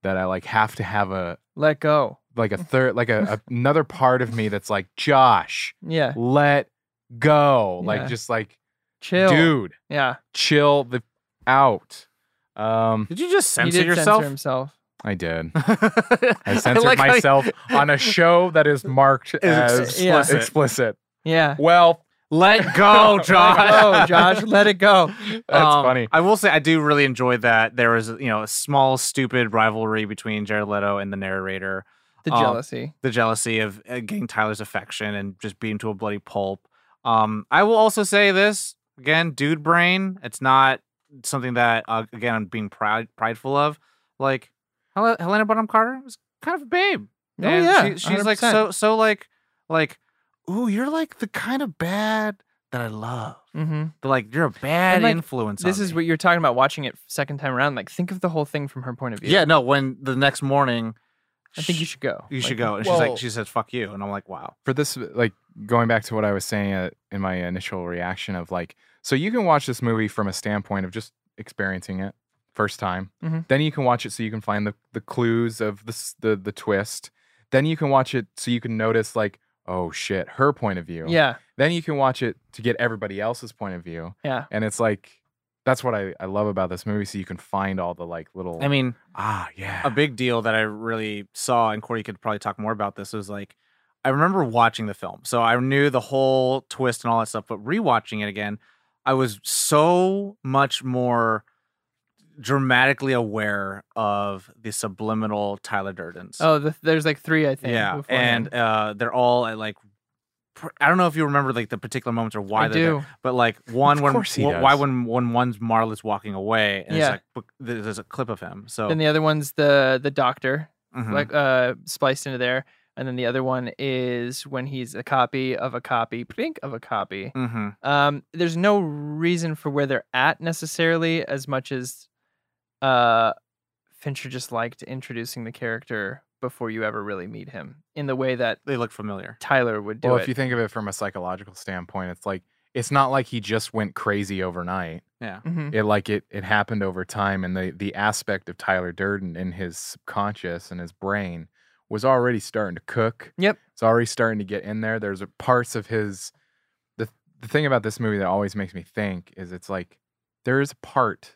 [SPEAKER 3] that I like have to have a
[SPEAKER 2] Let go.
[SPEAKER 3] like a third like a, a another part of me that's like Josh,
[SPEAKER 2] Yeah.
[SPEAKER 3] let go, like
[SPEAKER 2] Yeah.
[SPEAKER 3] just like
[SPEAKER 2] Chill.
[SPEAKER 3] dude,
[SPEAKER 2] Yeah.
[SPEAKER 3] chill the out. Um,
[SPEAKER 5] Did you just
[SPEAKER 2] He
[SPEAKER 5] censor
[SPEAKER 2] did
[SPEAKER 5] yourself? *laughs*
[SPEAKER 2] Censor himself.
[SPEAKER 3] I did. I
[SPEAKER 5] I
[SPEAKER 3] censored
[SPEAKER 5] like how you- *laughs*
[SPEAKER 3] myself on a show that is marked
[SPEAKER 5] ex-
[SPEAKER 3] as
[SPEAKER 2] yeah.
[SPEAKER 3] *laughs* explicit.
[SPEAKER 2] Yeah.
[SPEAKER 3] Well,
[SPEAKER 5] Let go, Josh.
[SPEAKER 2] *laughs* Oh, Josh, let it go.
[SPEAKER 3] *laughs* that's
[SPEAKER 5] Um,
[SPEAKER 3] funny.
[SPEAKER 5] I will say I do really enjoy that there was you know a small stupid rivalry between Jared Leto and the narrator,
[SPEAKER 2] The
[SPEAKER 5] Um,
[SPEAKER 2] jealousy.
[SPEAKER 5] the jealousy of uh, getting Tyler's affection and just beating to a bloody pulp. Um, I will also say this again, dude brain. It's not something that uh, again I'm being proud prideful of. Like Hel- Helena Bonham Carter was kind of a babe.
[SPEAKER 2] Oh,
[SPEAKER 5] And
[SPEAKER 2] yeah.
[SPEAKER 5] she- she's like
[SPEAKER 2] 100%.
[SPEAKER 5] so so like like
[SPEAKER 1] Ooh, you're like the kind of bad that I love.
[SPEAKER 2] Mhm.
[SPEAKER 5] like you're a bad
[SPEAKER 2] like,
[SPEAKER 5] influence.
[SPEAKER 2] This
[SPEAKER 5] on
[SPEAKER 2] is
[SPEAKER 5] me.
[SPEAKER 2] what you're talking about watching it second time around. Like, think of the whole thing from her point of view.
[SPEAKER 1] Yeah, no, when the next morning
[SPEAKER 2] I think you should go.
[SPEAKER 5] you
[SPEAKER 2] Like,
[SPEAKER 5] should go. And she's
[SPEAKER 3] Well-
[SPEAKER 5] like she says fuck you, and I'm like wow.
[SPEAKER 3] For this, like going back to what I was saying uh, in my initial reaction of like, so you can watch this movie from a standpoint of just experiencing it first time.
[SPEAKER 5] Mm-hmm.
[SPEAKER 2] Mhm.
[SPEAKER 3] Then you can watch it so you can find the the clues of the s- the the twist. Then you can watch it so you can notice like, oh shit, her point of view.
[SPEAKER 2] Yeah.
[SPEAKER 3] Then you can watch it to get everybody else's point of view.
[SPEAKER 2] Yeah.
[SPEAKER 3] And it's like that's what I, I love about this movie. So you can find all the like little
[SPEAKER 5] I mean,
[SPEAKER 3] ah yeah
[SPEAKER 5] a big deal that I really saw, and Corey could probably talk more about this, was like I remember watching the film. So I knew the whole twist and all that stuff, but rewatching it again, I was so much more dramatically aware of the subliminal Tyler Durden's.
[SPEAKER 2] Oh, the, there's like three, I think.
[SPEAKER 5] yeah.
[SPEAKER 2] beforehand.
[SPEAKER 5] And uh, they're all at like pr- I don't know if you remember like the particular moments or why
[SPEAKER 2] I
[SPEAKER 5] they're there,
[SPEAKER 2] do.
[SPEAKER 5] but
[SPEAKER 2] *laughs*
[SPEAKER 5] like one
[SPEAKER 3] Of
[SPEAKER 5] when
[SPEAKER 3] course he
[SPEAKER 5] wh- why
[SPEAKER 3] does.
[SPEAKER 5] when when one's Marla's walking away and
[SPEAKER 2] Yeah.
[SPEAKER 5] it's like b- there's a clip of him. So
[SPEAKER 2] Then the other one's the the doctor,
[SPEAKER 5] mhm.
[SPEAKER 2] like uh, spliced into there. And then the other one is when he's a copy of a copy, think of a copy.
[SPEAKER 5] Mhm.
[SPEAKER 2] Um, there's no reason for where they're at necessarily, as much as uh, Fincher just liked introducing the character before you ever really meet him in the way that
[SPEAKER 5] they look familiar.
[SPEAKER 2] Tyler would do
[SPEAKER 3] well
[SPEAKER 2] it.
[SPEAKER 3] if you think of it from a psychological standpoint it's like it's not like he just went crazy overnight
[SPEAKER 2] Mhm.
[SPEAKER 3] it like it it happened over time and the the aspect of tyler durden in his subconscious and his brain was already starting to cook
[SPEAKER 2] Yep.
[SPEAKER 3] it's already starting to get in there there's a parts of his the the thing about this movie that always makes me think is it's like there is a part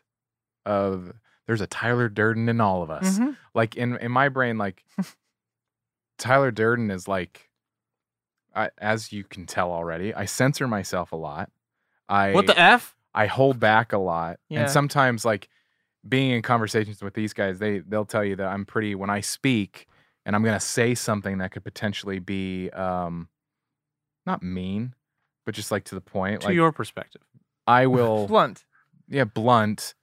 [SPEAKER 3] of there's a tyler durden in all of us
[SPEAKER 2] Mhm.
[SPEAKER 3] like in in my brain like tyler durden is like I, as you can tell already i censor myself a lot i
[SPEAKER 5] What the f?
[SPEAKER 3] i hold back a lot
[SPEAKER 2] Yeah.
[SPEAKER 3] and sometimes like being in conversations with these guys they they'll tell you that i'm pretty when i speak and i'm going to say something that could potentially be um not mean but just like to the point
[SPEAKER 5] To
[SPEAKER 3] like
[SPEAKER 5] your perspective,
[SPEAKER 3] i will
[SPEAKER 2] Blunt.
[SPEAKER 3] yeah, blunt,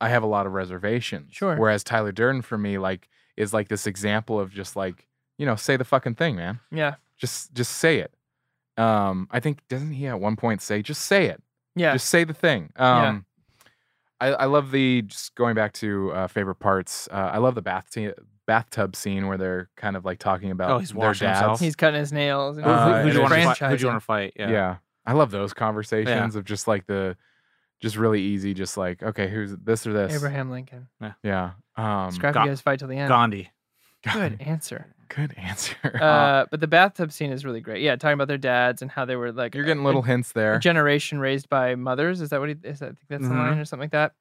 [SPEAKER 3] I have a lot of reservations.
[SPEAKER 2] Sure.
[SPEAKER 3] Whereas Tyler Durden for me, like, is like this example of just like, you know, say the fucking thing, man.
[SPEAKER 2] Yeah.
[SPEAKER 3] Just just say it. Um, I think doesn't he at one point say, just say it.
[SPEAKER 2] Yeah.
[SPEAKER 3] Just say the thing.
[SPEAKER 2] Yeah.
[SPEAKER 3] Um I, I love the just going back to uh, favorite parts. Uh, I love the bath t- bathtub scene where they're kind of like talking about
[SPEAKER 5] he's
[SPEAKER 3] their
[SPEAKER 5] washing
[SPEAKER 3] dads.
[SPEAKER 5] himself.
[SPEAKER 2] Oh, He's cutting his nails. And
[SPEAKER 5] Who- who,
[SPEAKER 3] Uh,
[SPEAKER 5] who do you
[SPEAKER 3] and
[SPEAKER 5] wanna
[SPEAKER 3] it's-
[SPEAKER 5] fight? Who do you want to fight?
[SPEAKER 3] Yeah.
[SPEAKER 5] Yeah.
[SPEAKER 3] I love those conversations of just like the just really easy, just like, okay, who's this or this?
[SPEAKER 2] Abraham Lincoln.
[SPEAKER 3] Yeah. Um, *laughs*
[SPEAKER 2] Scrappy
[SPEAKER 5] Ga-
[SPEAKER 2] guys fight till the end.
[SPEAKER 5] Gandhi. *laughs*
[SPEAKER 2] Good answer.
[SPEAKER 3] Good answer.
[SPEAKER 2] Uh, but the bathtub scene is really great. Yeah, talking about their dads and how they were like
[SPEAKER 3] *laughs* You're
[SPEAKER 2] a-
[SPEAKER 3] getting
[SPEAKER 2] a-
[SPEAKER 3] little hints
[SPEAKER 2] a
[SPEAKER 3] there.
[SPEAKER 2] generation raised by mothers. Is that what he is? That, I think that's the
[SPEAKER 5] Mhm.
[SPEAKER 2] line or something like that.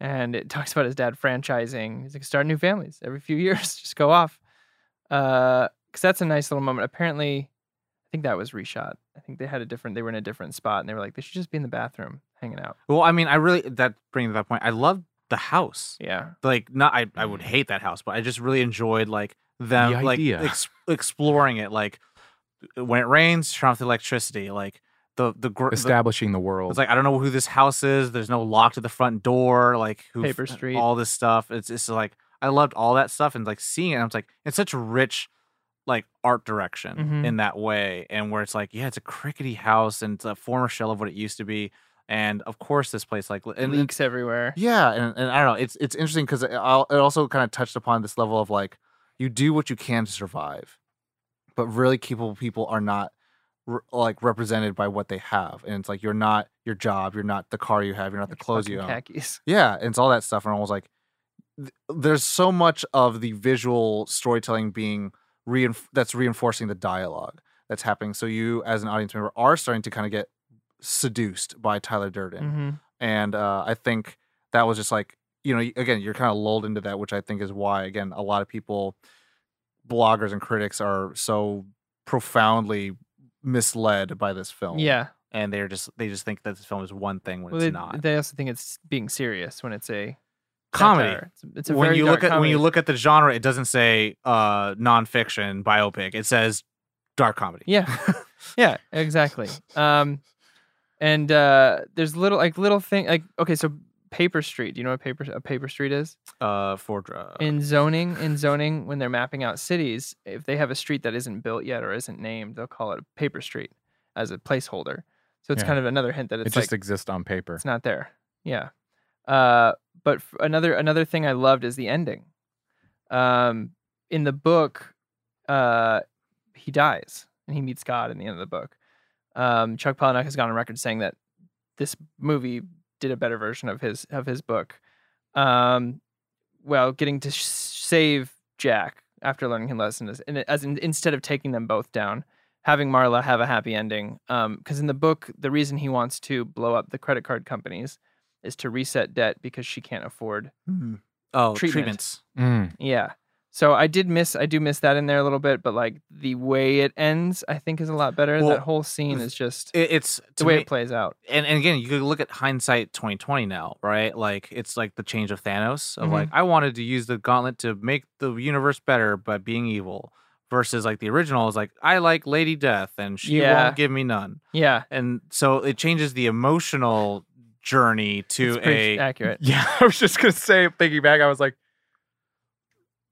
[SPEAKER 2] And it talks about his dad franchising. He's like, start new families every few *laughs* years. Just go off. Because that's a nice little moment. Apparently, I think that was reshot. I think they had a different. They were in a different spot, and they were like, they should just be in the bathroom hanging out.
[SPEAKER 5] Well, I mean, I really that brings to that point. I love the house.
[SPEAKER 2] Yeah.
[SPEAKER 5] Like, not I. I would hate that house, but I just really enjoyed like them
[SPEAKER 3] Mm. The
[SPEAKER 5] like
[SPEAKER 3] idea.
[SPEAKER 5] ex- exploring it. Like, when it rains, turn off the electricity. Like the the, gr- the
[SPEAKER 3] establishing the world.
[SPEAKER 5] it's like I don't know who this house is. There's no lock to the front door. Like who
[SPEAKER 2] Paper Street.
[SPEAKER 5] all this stuff. It's it's like I loved all that stuff and like seeing it. I was like, it's such a rich like art direction
[SPEAKER 2] Mhm.
[SPEAKER 5] in that way, and where it's like, yeah, it's a crickety house and it's a former shell of what it used to be. And of course, this place like and and-
[SPEAKER 2] leaks everywhere.
[SPEAKER 1] Yeah, and, and I don't know. It's it's interesting because it, al- it also kind of touched upon this level of like you do what you can to survive, but really capable people are not re- like represented by what they have, and it's like you're not your job, you're not the car you have, you're not the clothes you
[SPEAKER 2] Fucking
[SPEAKER 1] own.
[SPEAKER 5] *laughs*
[SPEAKER 2] khakis.
[SPEAKER 1] Yeah, and it's all that stuff. And I was like, th- there's so much of the visual storytelling being reinf- that's reinforcing the dialogue that's happening. So you, as an audience member, are starting to kind of get seduced by Tyler Durden
[SPEAKER 2] hmm
[SPEAKER 1] and uh, I think that was just like you know y- again you're kind of lulled into that, which I think is why again a lot of people, bloggers and critics are so profoundly misled by this film.
[SPEAKER 2] Yeah.
[SPEAKER 5] and they're just they just think that this film is one thing when
[SPEAKER 2] Well,
[SPEAKER 5] it's
[SPEAKER 2] they,
[SPEAKER 5] not.
[SPEAKER 2] they also think it's being serious when it's a
[SPEAKER 5] comedy.
[SPEAKER 2] satire. It's, it's a
[SPEAKER 5] when
[SPEAKER 2] very
[SPEAKER 5] you look
[SPEAKER 2] dark
[SPEAKER 5] at when you
[SPEAKER 2] comedy.
[SPEAKER 5] look at the genre, it doesn't say uh nonfiction biopic. It says dark comedy.
[SPEAKER 2] Yeah. yeah, exactly. Um, and uh, there's little like little thing like okay, so paper street. Do you know what paper a paper street is?
[SPEAKER 5] *laughs* uh, for uh,
[SPEAKER 3] Oh,
[SPEAKER 2] in zoning in zoning when they're mapping out cities if they have a street that isn't built yet or isn't named they'll call it a paper street as a placeholder so it's
[SPEAKER 3] Yeah.
[SPEAKER 2] kind of another hint that
[SPEAKER 3] it
[SPEAKER 2] it's
[SPEAKER 3] just
[SPEAKER 2] like
[SPEAKER 3] exists on paper.
[SPEAKER 2] it's not there yeah uh, but f- another another thing i loved is the ending um, in the book uh, he dies and he meets god in the end of the book um, chuck palahniuk has gone on record saying that this movie did a better version of his of his book um, well getting to sh- save jack after learning his lesson is, and as in, instead of taking them both down having Marla have a happy ending. Because in the book, the reason he wants to blow up the credit card companies is to reset debt because she can't afford.
[SPEAKER 5] oh
[SPEAKER 2] treatment.
[SPEAKER 5] treatments.
[SPEAKER 3] Mm.
[SPEAKER 2] Yeah. So I did miss, I do miss that in there a little bit, but like the way it ends, I think is a lot better.
[SPEAKER 5] Well,
[SPEAKER 2] that whole scene is just
[SPEAKER 5] It, it's
[SPEAKER 2] the
[SPEAKER 5] to
[SPEAKER 2] way
[SPEAKER 5] me-
[SPEAKER 2] it plays out.
[SPEAKER 5] and, and again, you could look at hindsight 2020 now, right? Like it's like the change of Thanos of
[SPEAKER 2] Mhm.
[SPEAKER 5] like I wanted to use the gauntlet to make the universe better by being evil, versus like the original is like I like Lady Death and she
[SPEAKER 2] Yeah.
[SPEAKER 5] won't give me none,
[SPEAKER 2] Yeah.
[SPEAKER 5] and so it changes the emotional journey
[SPEAKER 2] it's
[SPEAKER 5] to
[SPEAKER 2] pretty
[SPEAKER 5] a
[SPEAKER 2] accurate.
[SPEAKER 3] Yeah, *laughs* I was just gonna say. Thinking back, I was
[SPEAKER 2] *laughs*
[SPEAKER 3] like,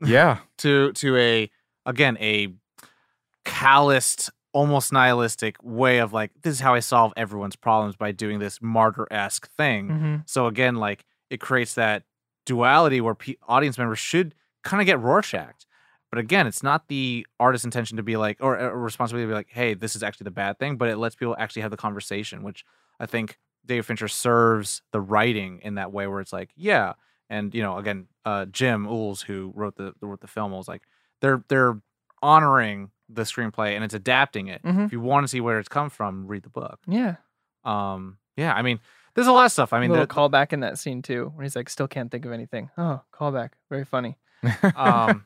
[SPEAKER 3] yeah,
[SPEAKER 5] to to a again a calloused almost nihilistic way of like this is how i solve everyone's problems by doing this martyr-esque thing
[SPEAKER 2] Mhm.
[SPEAKER 5] so again like it creates that duality where pe audience members should kind of get rorschached but again it's not the artist's intention to be like or, or responsibility to be like hey this is actually the bad thing but it lets people actually have the conversation which i think david fincher serves the writing in that way where it's like yeah and you know again uh jim Ools who wrote the wrote the film was like they're they're honoring the screenplay and it's adapting it
[SPEAKER 2] Mhm.
[SPEAKER 5] if you want to see where it's come from read the book
[SPEAKER 2] Yeah.
[SPEAKER 5] um yeah i mean there's a lot of stuff i
[SPEAKER 2] I
[SPEAKER 5] mean
[SPEAKER 2] mean, little
[SPEAKER 5] the-
[SPEAKER 2] callback in that scene too, when he's like, still can't think of anything. Oh, callback. Very funny.
[SPEAKER 5] Um,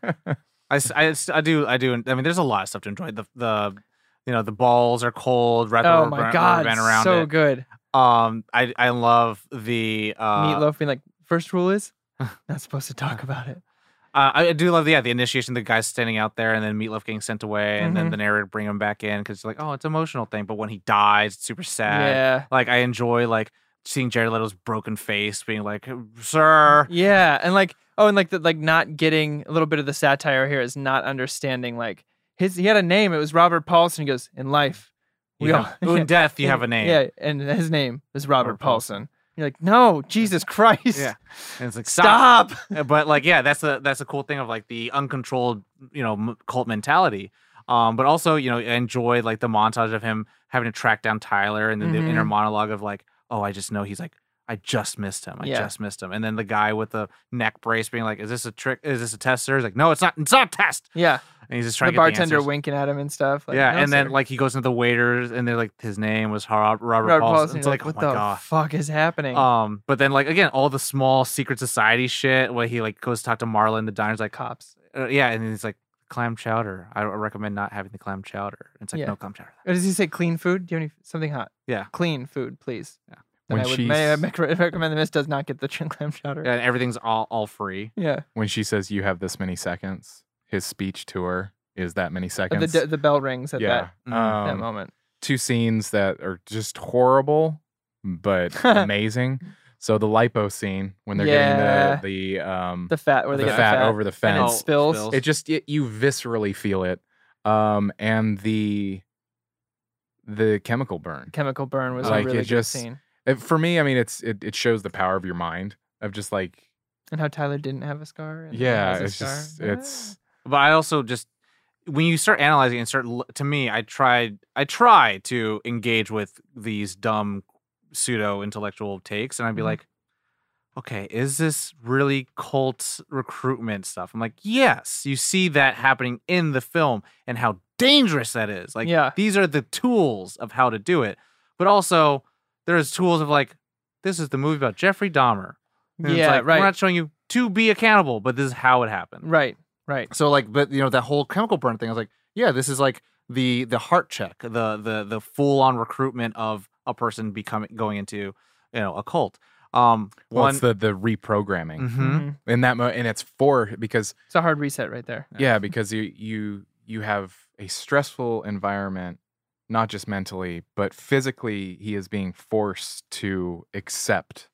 [SPEAKER 5] I, s- I s- I do I do I mean there's a lot of stuff to enjoy the the you know the balls are cold wrap the
[SPEAKER 2] oh
[SPEAKER 5] rubber
[SPEAKER 2] my
[SPEAKER 5] band-
[SPEAKER 2] God.
[SPEAKER 5] rubber band around
[SPEAKER 2] so
[SPEAKER 5] it.
[SPEAKER 2] good.
[SPEAKER 5] um I I love the uh
[SPEAKER 2] Meatloaf being like, first
[SPEAKER 5] *laughs*
[SPEAKER 2] rule is not supposed to talk about it.
[SPEAKER 5] uh, I I do love the yeah the initiation the guy standing out there and then Meatloaf getting sent away and
[SPEAKER 2] Mhm.
[SPEAKER 5] then the narrator bring him back in because like oh it's an emotional thing but when he dies it's super sad
[SPEAKER 2] Yeah.
[SPEAKER 5] like I enjoy like seeing Jared Leto's broken face being like sir *laughs*
[SPEAKER 2] Yeah, and like oh, and like the like not getting a little bit of the satire here is not understanding like his he had a name. It was Robert Paulson. He goes in life,
[SPEAKER 5] you
[SPEAKER 2] we all *laughs*
[SPEAKER 5] have- in death you have a name
[SPEAKER 2] Yeah, and his name is Robert,
[SPEAKER 5] Robert
[SPEAKER 2] Paulson.
[SPEAKER 5] Paulson.
[SPEAKER 2] You're like, no,
[SPEAKER 5] *laughs*
[SPEAKER 2] Jesus Christ,
[SPEAKER 5] Yeah. and it's like stop. *laughs*
[SPEAKER 2] stop.
[SPEAKER 5] Uh, but like yeah that's the that's the cool thing of like the uncontrolled you know m- cult mentality um but also you know I enjoyed like the montage of him having to track down tyler and then the inner
[SPEAKER 2] Mhm.
[SPEAKER 5] monologue of like oh i just know he's like i just missed him i
[SPEAKER 2] Yeah.
[SPEAKER 5] just missed him and then the guy with the neck brace being like is this a trick is this a tester he's like no it's not it's not a test
[SPEAKER 2] Yeah,
[SPEAKER 5] and he's just
[SPEAKER 2] the
[SPEAKER 5] trying to get
[SPEAKER 2] bartender
[SPEAKER 5] answers.
[SPEAKER 2] winking at him and stuff. Like,
[SPEAKER 5] yeah
[SPEAKER 2] "No,
[SPEAKER 5] and then
[SPEAKER 2] sir."
[SPEAKER 5] like he goes into the waiters and they're like his name was Har- robert,
[SPEAKER 2] Robert
[SPEAKER 5] paulson,
[SPEAKER 2] Paulson.
[SPEAKER 5] it's
[SPEAKER 2] you're
[SPEAKER 5] like,
[SPEAKER 2] what
[SPEAKER 5] oh my
[SPEAKER 2] the
[SPEAKER 5] god
[SPEAKER 2] fuck is happening?
[SPEAKER 5] um, but then like again, all the small secret society shit where he like goes talk to Marla in the diner's like
[SPEAKER 2] Cops.
[SPEAKER 5] uh, yeah, and he's like clam chowder. I don't recommend not having the clam chowder. It's like
[SPEAKER 2] Yeah.
[SPEAKER 5] no clam chowder.
[SPEAKER 2] Or does he say clean food? Do you have any something hot?
[SPEAKER 5] Yeah.
[SPEAKER 2] clean food, please.
[SPEAKER 5] Yeah.
[SPEAKER 2] Then
[SPEAKER 3] When
[SPEAKER 2] I would
[SPEAKER 3] she's-
[SPEAKER 2] may I mec- recommend the miss does not get the *laughs* chin clam chowder.
[SPEAKER 5] And everything's all all free.
[SPEAKER 2] yeah.
[SPEAKER 3] when she says you have this many seconds, his speech to her is that
[SPEAKER 2] Uh,
[SPEAKER 3] many
[SPEAKER 2] the
[SPEAKER 3] seconds.
[SPEAKER 2] d- the bell rings at
[SPEAKER 3] yeah.
[SPEAKER 5] that-
[SPEAKER 2] that, that
[SPEAKER 3] Um,
[SPEAKER 2] moment.
[SPEAKER 3] two scenes that are just horrible
[SPEAKER 2] *laughs*
[SPEAKER 3] but amazing. So the lipo scene when they're
[SPEAKER 2] Yeah.
[SPEAKER 3] getting the the um
[SPEAKER 2] The fat where they
[SPEAKER 3] the
[SPEAKER 2] get
[SPEAKER 3] fat
[SPEAKER 2] the fat
[SPEAKER 3] over the
[SPEAKER 5] Oh,
[SPEAKER 2] and it
[SPEAKER 3] fence.
[SPEAKER 2] spills.
[SPEAKER 3] it just it, you viscerally feel it. Um and the the chemical burn.
[SPEAKER 2] Chemical burn was a
[SPEAKER 3] Like, it
[SPEAKER 2] really good
[SPEAKER 3] just-
[SPEAKER 2] scene,
[SPEAKER 3] It- for me, I mean it's it, it shows the power of your mind of just like
[SPEAKER 2] and how Tyler didn't have a scar. and
[SPEAKER 3] yeah,
[SPEAKER 2] has a
[SPEAKER 3] it's
[SPEAKER 2] scar.
[SPEAKER 3] just
[SPEAKER 2] Ah.
[SPEAKER 3] it's
[SPEAKER 5] but I also just when you start analyzing and start l- to me, I tried I try to engage with these dumb pseudo intellectual takes, and I'd be
[SPEAKER 2] Mhm.
[SPEAKER 5] like, okay, is this really cult recruitment stuff? I'm like, yes, you see that happening in the film, and how dangerous that is. Like,
[SPEAKER 2] Yeah.
[SPEAKER 5] these are the tools of how to do it, but also there's tools of like, this is the movie about Jeffrey Dahmer. And it's
[SPEAKER 2] yeah,
[SPEAKER 5] like,
[SPEAKER 2] right,
[SPEAKER 5] We're not showing you to be accountable, but this is how it happened.
[SPEAKER 2] right, right.
[SPEAKER 1] So like, but you know that whole chemical burn thing. I was like, yeah, this is like the the heart check,
[SPEAKER 5] the the the full on recruitment of a person becoming going into you know a cult. Um,
[SPEAKER 3] well,
[SPEAKER 5] one
[SPEAKER 3] it's the the reprogramming
[SPEAKER 5] Mhm.
[SPEAKER 2] Mhm.
[SPEAKER 3] in that mo- and it's for because
[SPEAKER 2] It's a hard reset right there.
[SPEAKER 3] yeah because you you you have a stressful environment not just mentally but physically he is being forced to accept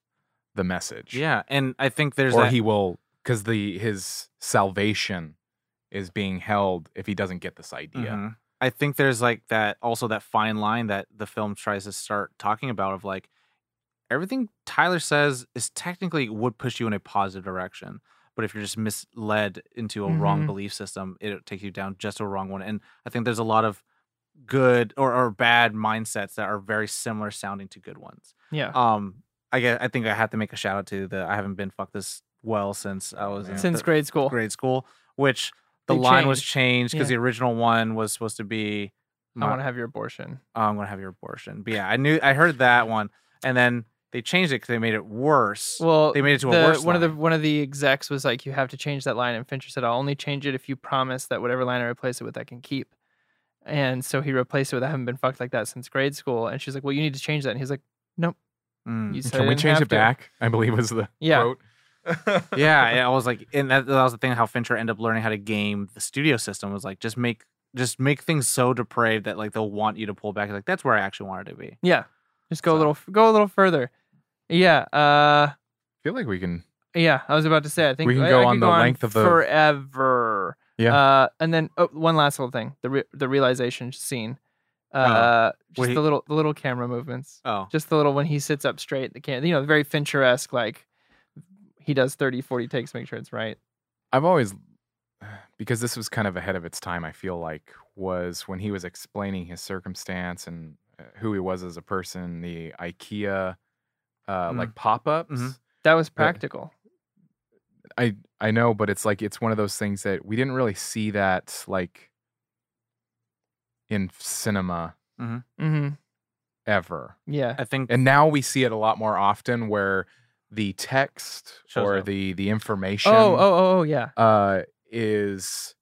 [SPEAKER 3] the message
[SPEAKER 5] yeah, and I think there's
[SPEAKER 3] or
[SPEAKER 5] that,
[SPEAKER 3] he will because the his salvation is being held if he doesn't get this idea
[SPEAKER 5] Mhm. I think there's like that also that fine line that the film tries to start talking about of like everything Tyler says is technically would push you in a positive direction. But if you're just misled into a
[SPEAKER 2] Mhm.
[SPEAKER 5] wrong belief system, it takes you down just a wrong one. And I think there's a lot of good or, or bad mindsets that are very similar sounding to good ones.
[SPEAKER 2] Yeah.
[SPEAKER 5] Um, I guess I think I have to make a shout out to the I haven't been fucked this well since I was in
[SPEAKER 2] Since
[SPEAKER 5] thir-
[SPEAKER 2] grade school.
[SPEAKER 5] grade school, which the
[SPEAKER 2] They
[SPEAKER 5] line was changed
[SPEAKER 2] changed.
[SPEAKER 5] because
[SPEAKER 2] Yeah.
[SPEAKER 5] the original one was supposed to be
[SPEAKER 2] I
[SPEAKER 5] my-
[SPEAKER 2] want to have your abortion.
[SPEAKER 5] oh, I'm gonna have your abortion. But yeah, I knew I heard that one, and then they changed it because they made it worse.
[SPEAKER 2] Well,
[SPEAKER 5] they made it to
[SPEAKER 2] the-
[SPEAKER 5] a worse.
[SPEAKER 2] one of the
[SPEAKER 5] line.
[SPEAKER 2] one of the execs was like, "You have to change that line." And Fincher said, "I'll only change it if you promise that whatever line I replace it with, I can keep." And so he replaced it with, "I haven't been fucked like that since grade school." And she's like, "Well, you need to change that." And he's like,
[SPEAKER 5] Mm.
[SPEAKER 2] "You said I
[SPEAKER 3] can we
[SPEAKER 2] didn't
[SPEAKER 3] change
[SPEAKER 2] have
[SPEAKER 3] it
[SPEAKER 2] to."
[SPEAKER 3] back i believe was the
[SPEAKER 2] Yeah.
[SPEAKER 3] quote *laughs*
[SPEAKER 5] yeah,
[SPEAKER 2] *laughs*
[SPEAKER 5] and I was like, and that, that was the thing how Fincher ended up learning how to game the studio system was like just make just make things so depraved that like they'll want you to pull back. Like that's where I actually wanted to be.
[SPEAKER 2] Yeah, just go a
[SPEAKER 5] So-
[SPEAKER 2] little go a little further." Yeah, uh,
[SPEAKER 3] feel like we can
[SPEAKER 2] yeah. I was about to say, I think
[SPEAKER 3] We can
[SPEAKER 2] I-
[SPEAKER 3] go
[SPEAKER 2] I could
[SPEAKER 3] on the length of the-
[SPEAKER 2] forever.
[SPEAKER 3] Yeah.
[SPEAKER 2] Uh, and then oh, one last little thing: the re- the realization scene. Uh, just
[SPEAKER 5] wait.
[SPEAKER 2] the little the little camera movements.
[SPEAKER 5] Oh,
[SPEAKER 2] just the little when he sits up straight the can you know very fincher-esque like he does 30 40 takes make sure it's right
[SPEAKER 3] I've always *sighs* because this was kind of ahead of its time. I feel like was when he was explaining his circumstance and uh, who he was as a person. The IKEA uh, like pop ups.
[SPEAKER 5] Mhm.
[SPEAKER 2] that was practical
[SPEAKER 3] I I know, but it's like it's one of those things that we didn't really see that like in cinema
[SPEAKER 2] mm-hmm.
[SPEAKER 3] ever,
[SPEAKER 2] yeah
[SPEAKER 5] I think
[SPEAKER 3] and now we see it a lot more often where the text
[SPEAKER 5] Shows
[SPEAKER 3] or
[SPEAKER 5] up.
[SPEAKER 3] the the information.
[SPEAKER 2] oh oh oh oh yeah
[SPEAKER 3] Uh, is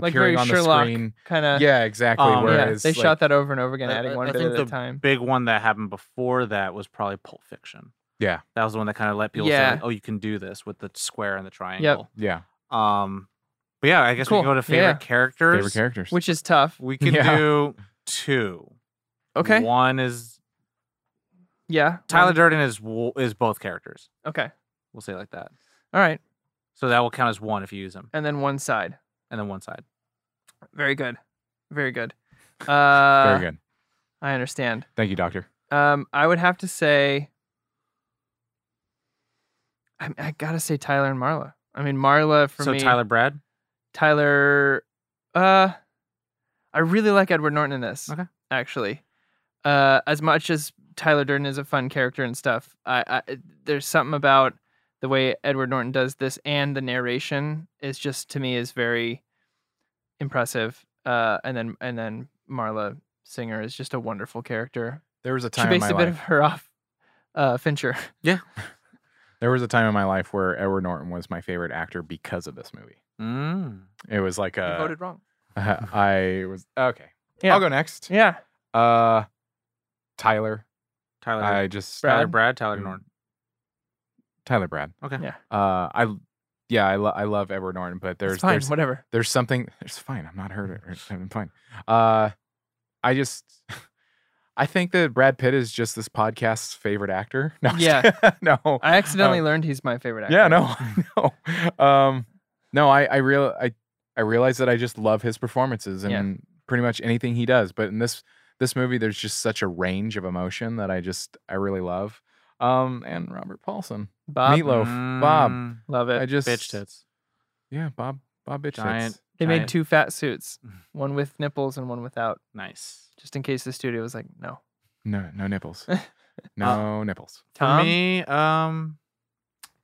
[SPEAKER 2] Like very
[SPEAKER 3] appearing on the
[SPEAKER 2] Sherlock
[SPEAKER 3] screen.
[SPEAKER 2] kind of
[SPEAKER 3] yeah, exactly.
[SPEAKER 5] Um,
[SPEAKER 2] yeah,
[SPEAKER 3] whereas
[SPEAKER 2] they
[SPEAKER 3] like,
[SPEAKER 2] shot that over and over again
[SPEAKER 5] I-
[SPEAKER 2] adding
[SPEAKER 5] I-
[SPEAKER 2] one
[SPEAKER 5] I
[SPEAKER 2] bit
[SPEAKER 5] think
[SPEAKER 2] at a
[SPEAKER 5] the
[SPEAKER 2] time
[SPEAKER 5] big one that happened before that was probably Pulp Fiction.
[SPEAKER 3] Yeah.
[SPEAKER 5] That was the one that kind of let people
[SPEAKER 2] Yeah.
[SPEAKER 5] say, like, "Oh, you can do this with the square and the triangle."
[SPEAKER 3] yeah,
[SPEAKER 5] Um, but yeah, I guess we
[SPEAKER 2] Cool.
[SPEAKER 5] can go to favorite
[SPEAKER 2] Yeah.
[SPEAKER 5] characters.
[SPEAKER 3] favorite characters.
[SPEAKER 2] which is tough
[SPEAKER 5] We can
[SPEAKER 3] Yeah.
[SPEAKER 5] do two.
[SPEAKER 2] okay
[SPEAKER 5] One is
[SPEAKER 2] yeah
[SPEAKER 5] Tyler
[SPEAKER 2] one-
[SPEAKER 5] Durden is wo- is both characters.
[SPEAKER 2] okay
[SPEAKER 5] We'll say it like that.
[SPEAKER 2] all right
[SPEAKER 5] So that will count as one if you use them,
[SPEAKER 2] and then one side
[SPEAKER 5] and then one side.
[SPEAKER 2] very good very good uh
[SPEAKER 3] Very good.
[SPEAKER 2] i understand
[SPEAKER 3] Thank you, Doctor.
[SPEAKER 2] Um, I would have to say, I, I gotta say Tyler and Marla. I mean Marla for
[SPEAKER 5] so
[SPEAKER 2] me.
[SPEAKER 5] Tyler Brad.
[SPEAKER 2] Tyler. Uh, I really like Edward Norton in this.
[SPEAKER 5] Okay.
[SPEAKER 2] Actually, uh, as much as Tyler Durden is a fun character and stuff, I, I there's something about the way Edward Norton does this and the narration is just to me is very impressive. Uh, and then and then Marla Singer is just a wonderful character.
[SPEAKER 3] There was a
[SPEAKER 2] She
[SPEAKER 3] time in
[SPEAKER 2] based
[SPEAKER 3] my
[SPEAKER 2] a bit of
[SPEAKER 3] life.
[SPEAKER 2] her off uh, Fincher.
[SPEAKER 3] There was a time in my life where Edward Norton was my favorite actor because of this movie.
[SPEAKER 5] Mm.
[SPEAKER 3] It was like
[SPEAKER 2] You
[SPEAKER 3] a.
[SPEAKER 2] voted wrong.
[SPEAKER 3] *laughs* I was okay.
[SPEAKER 2] Yeah.
[SPEAKER 3] I'll go next.
[SPEAKER 2] Yeah.
[SPEAKER 3] Uh, Tyler.
[SPEAKER 5] Tyler.
[SPEAKER 3] I just
[SPEAKER 5] Tyler
[SPEAKER 2] Brad.
[SPEAKER 5] Brad. Tyler Norton.
[SPEAKER 3] Tyler Brad.
[SPEAKER 5] Okay.
[SPEAKER 2] Yeah.
[SPEAKER 3] Uh, I yeah, I, lo- I love Edward Norton, but there's
[SPEAKER 2] it's fine, Mm.
[SPEAKER 3] there's
[SPEAKER 2] whatever.
[SPEAKER 3] there's something it's fine. I'm not hurt. or- I'm fine. Uh, I just *laughs* I think that Brad Pitt is just this podcast's favorite actor. *laughs* No, I'm just
[SPEAKER 2] Yeah.
[SPEAKER 3] kidding. no,
[SPEAKER 2] I accidentally learned he's my favorite actor.
[SPEAKER 3] Uh, yeah, no,
[SPEAKER 2] *laughs*
[SPEAKER 3] *laughs* I know. Um, no, I I real I I realize that I just love his performances and
[SPEAKER 2] Yeah.
[SPEAKER 3] pretty much anything he does. But in this this movie, there's just such a range of emotion that I just I really love. Um, and Robert Paulson,
[SPEAKER 2] Bob,
[SPEAKER 3] Meatloaf, Bob.
[SPEAKER 5] Mm,
[SPEAKER 2] love it.
[SPEAKER 3] I just
[SPEAKER 5] bitch tits.
[SPEAKER 3] Yeah, Bob Bob bitch
[SPEAKER 5] Giant.
[SPEAKER 3] tits.
[SPEAKER 2] they made
[SPEAKER 5] giant-
[SPEAKER 2] two fat
[SPEAKER 3] *laughs*
[SPEAKER 2] suits, one with nipples and one without,
[SPEAKER 5] Nice.
[SPEAKER 2] just in case the studio was like, no.
[SPEAKER 3] No, no
[SPEAKER 5] *laughs*
[SPEAKER 3] nipples.
[SPEAKER 5] Uh,
[SPEAKER 3] No nipples.
[SPEAKER 5] For
[SPEAKER 2] Tom?
[SPEAKER 5] me, um,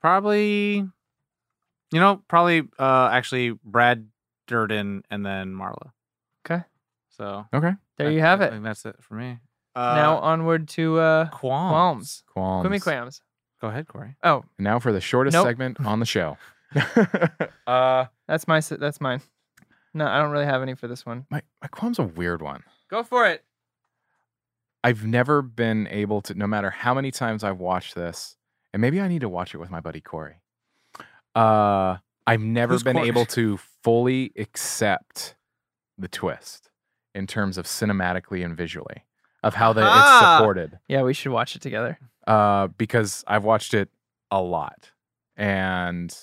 [SPEAKER 5] probably, you know, probably uh, actually Brad Durden and then Marla.
[SPEAKER 2] Okay.
[SPEAKER 5] So
[SPEAKER 3] Okay.
[SPEAKER 2] There
[SPEAKER 5] I-
[SPEAKER 2] you have
[SPEAKER 5] I
[SPEAKER 2] it.
[SPEAKER 5] think that's it for me.
[SPEAKER 2] now onward to uh,
[SPEAKER 5] qualms.
[SPEAKER 2] qualms.
[SPEAKER 3] Qualms.
[SPEAKER 2] Quimmy qualms.
[SPEAKER 5] Go ahead, Corey.
[SPEAKER 2] Oh,
[SPEAKER 3] And Now for the shortest
[SPEAKER 2] Nope.
[SPEAKER 3] segment on
[SPEAKER 5] *laughs*
[SPEAKER 3] the show. uh,
[SPEAKER 2] that's my. s- That's mine. No, I don't really have any for this one.
[SPEAKER 3] my my qualm's a weird one.
[SPEAKER 2] Go for it.
[SPEAKER 3] I've never been able to, no matter how many times I've watched this, and maybe I need to watch it with my buddy Corey. Uh, I've never
[SPEAKER 5] Who's
[SPEAKER 3] been
[SPEAKER 5] Corey?
[SPEAKER 3] able to fully accept the twist in terms of cinematically and visually of how that
[SPEAKER 5] Ah!
[SPEAKER 3] it's supported.
[SPEAKER 2] Yeah, we should watch it together.
[SPEAKER 3] Uh, because I've watched it a lot, and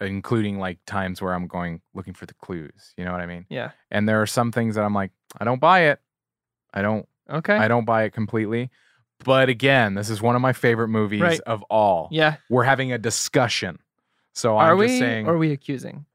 [SPEAKER 3] including like times where I'm going looking for the clues. You know what I mean?
[SPEAKER 2] Yeah.
[SPEAKER 3] And there are some things that I'm like, I don't buy it. I don't
[SPEAKER 2] Okay.
[SPEAKER 3] I don't buy it completely. But again, this is one of my favorite movies
[SPEAKER 2] Right.
[SPEAKER 3] of all.
[SPEAKER 2] yeah.
[SPEAKER 3] We're having a discussion. So
[SPEAKER 2] Are
[SPEAKER 3] I'm
[SPEAKER 2] we?
[SPEAKER 3] just saying
[SPEAKER 2] or are we accusing?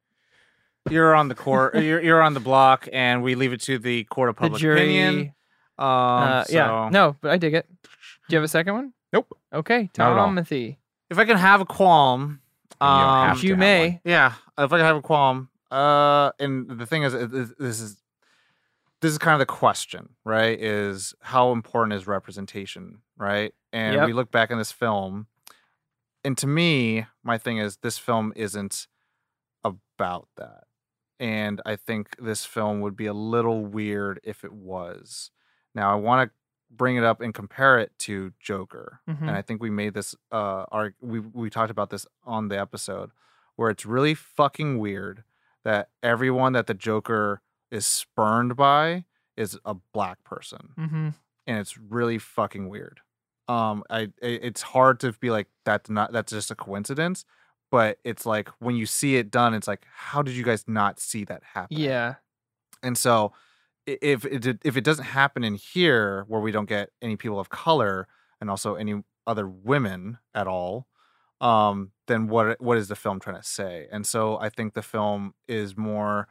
[SPEAKER 5] You're on the court. uh, you're, you're on the block, and we leave it to the court of public
[SPEAKER 2] the jury.
[SPEAKER 5] opinion. Um,
[SPEAKER 2] uh, Yeah.
[SPEAKER 5] so-
[SPEAKER 2] No, but I dig it. Do you have a second one?
[SPEAKER 3] Nope.
[SPEAKER 2] Okay.
[SPEAKER 3] Not at all.
[SPEAKER 2] Tomothy.
[SPEAKER 5] If I can have a qualm,
[SPEAKER 3] You don't
[SPEAKER 5] um,
[SPEAKER 3] have
[SPEAKER 2] If
[SPEAKER 3] to
[SPEAKER 2] you
[SPEAKER 3] have
[SPEAKER 2] may.
[SPEAKER 5] Yeah, if I could have a qualm. Uh, and the thing is, it- it- this is this is kind of the question, right? Is how important is representation, right? And
[SPEAKER 2] Yep.
[SPEAKER 5] we look back in this film, and to me, my thing is this film isn't about that, and I think this film would be a little weird if it was. Now, I want to bring it up and compare it to Joker,
[SPEAKER 2] Mhm.
[SPEAKER 5] and I think we made this uh our we we talked about this on the episode where it's really fucking weird that everyone that the Joker is spurned by is a black person
[SPEAKER 2] Mm-hmm.
[SPEAKER 5] and it's really fucking weird. Um I i- it's hard to be like that's not that's just a coincidence, but it's like when you see it done it's like how did you guys not see that happen?
[SPEAKER 2] Yeah.
[SPEAKER 5] And so i- if it did- if it doesn't happen in here where we don't get any people of color and also any other women at all, um, then what what is the film trying to say? And so I think the film is more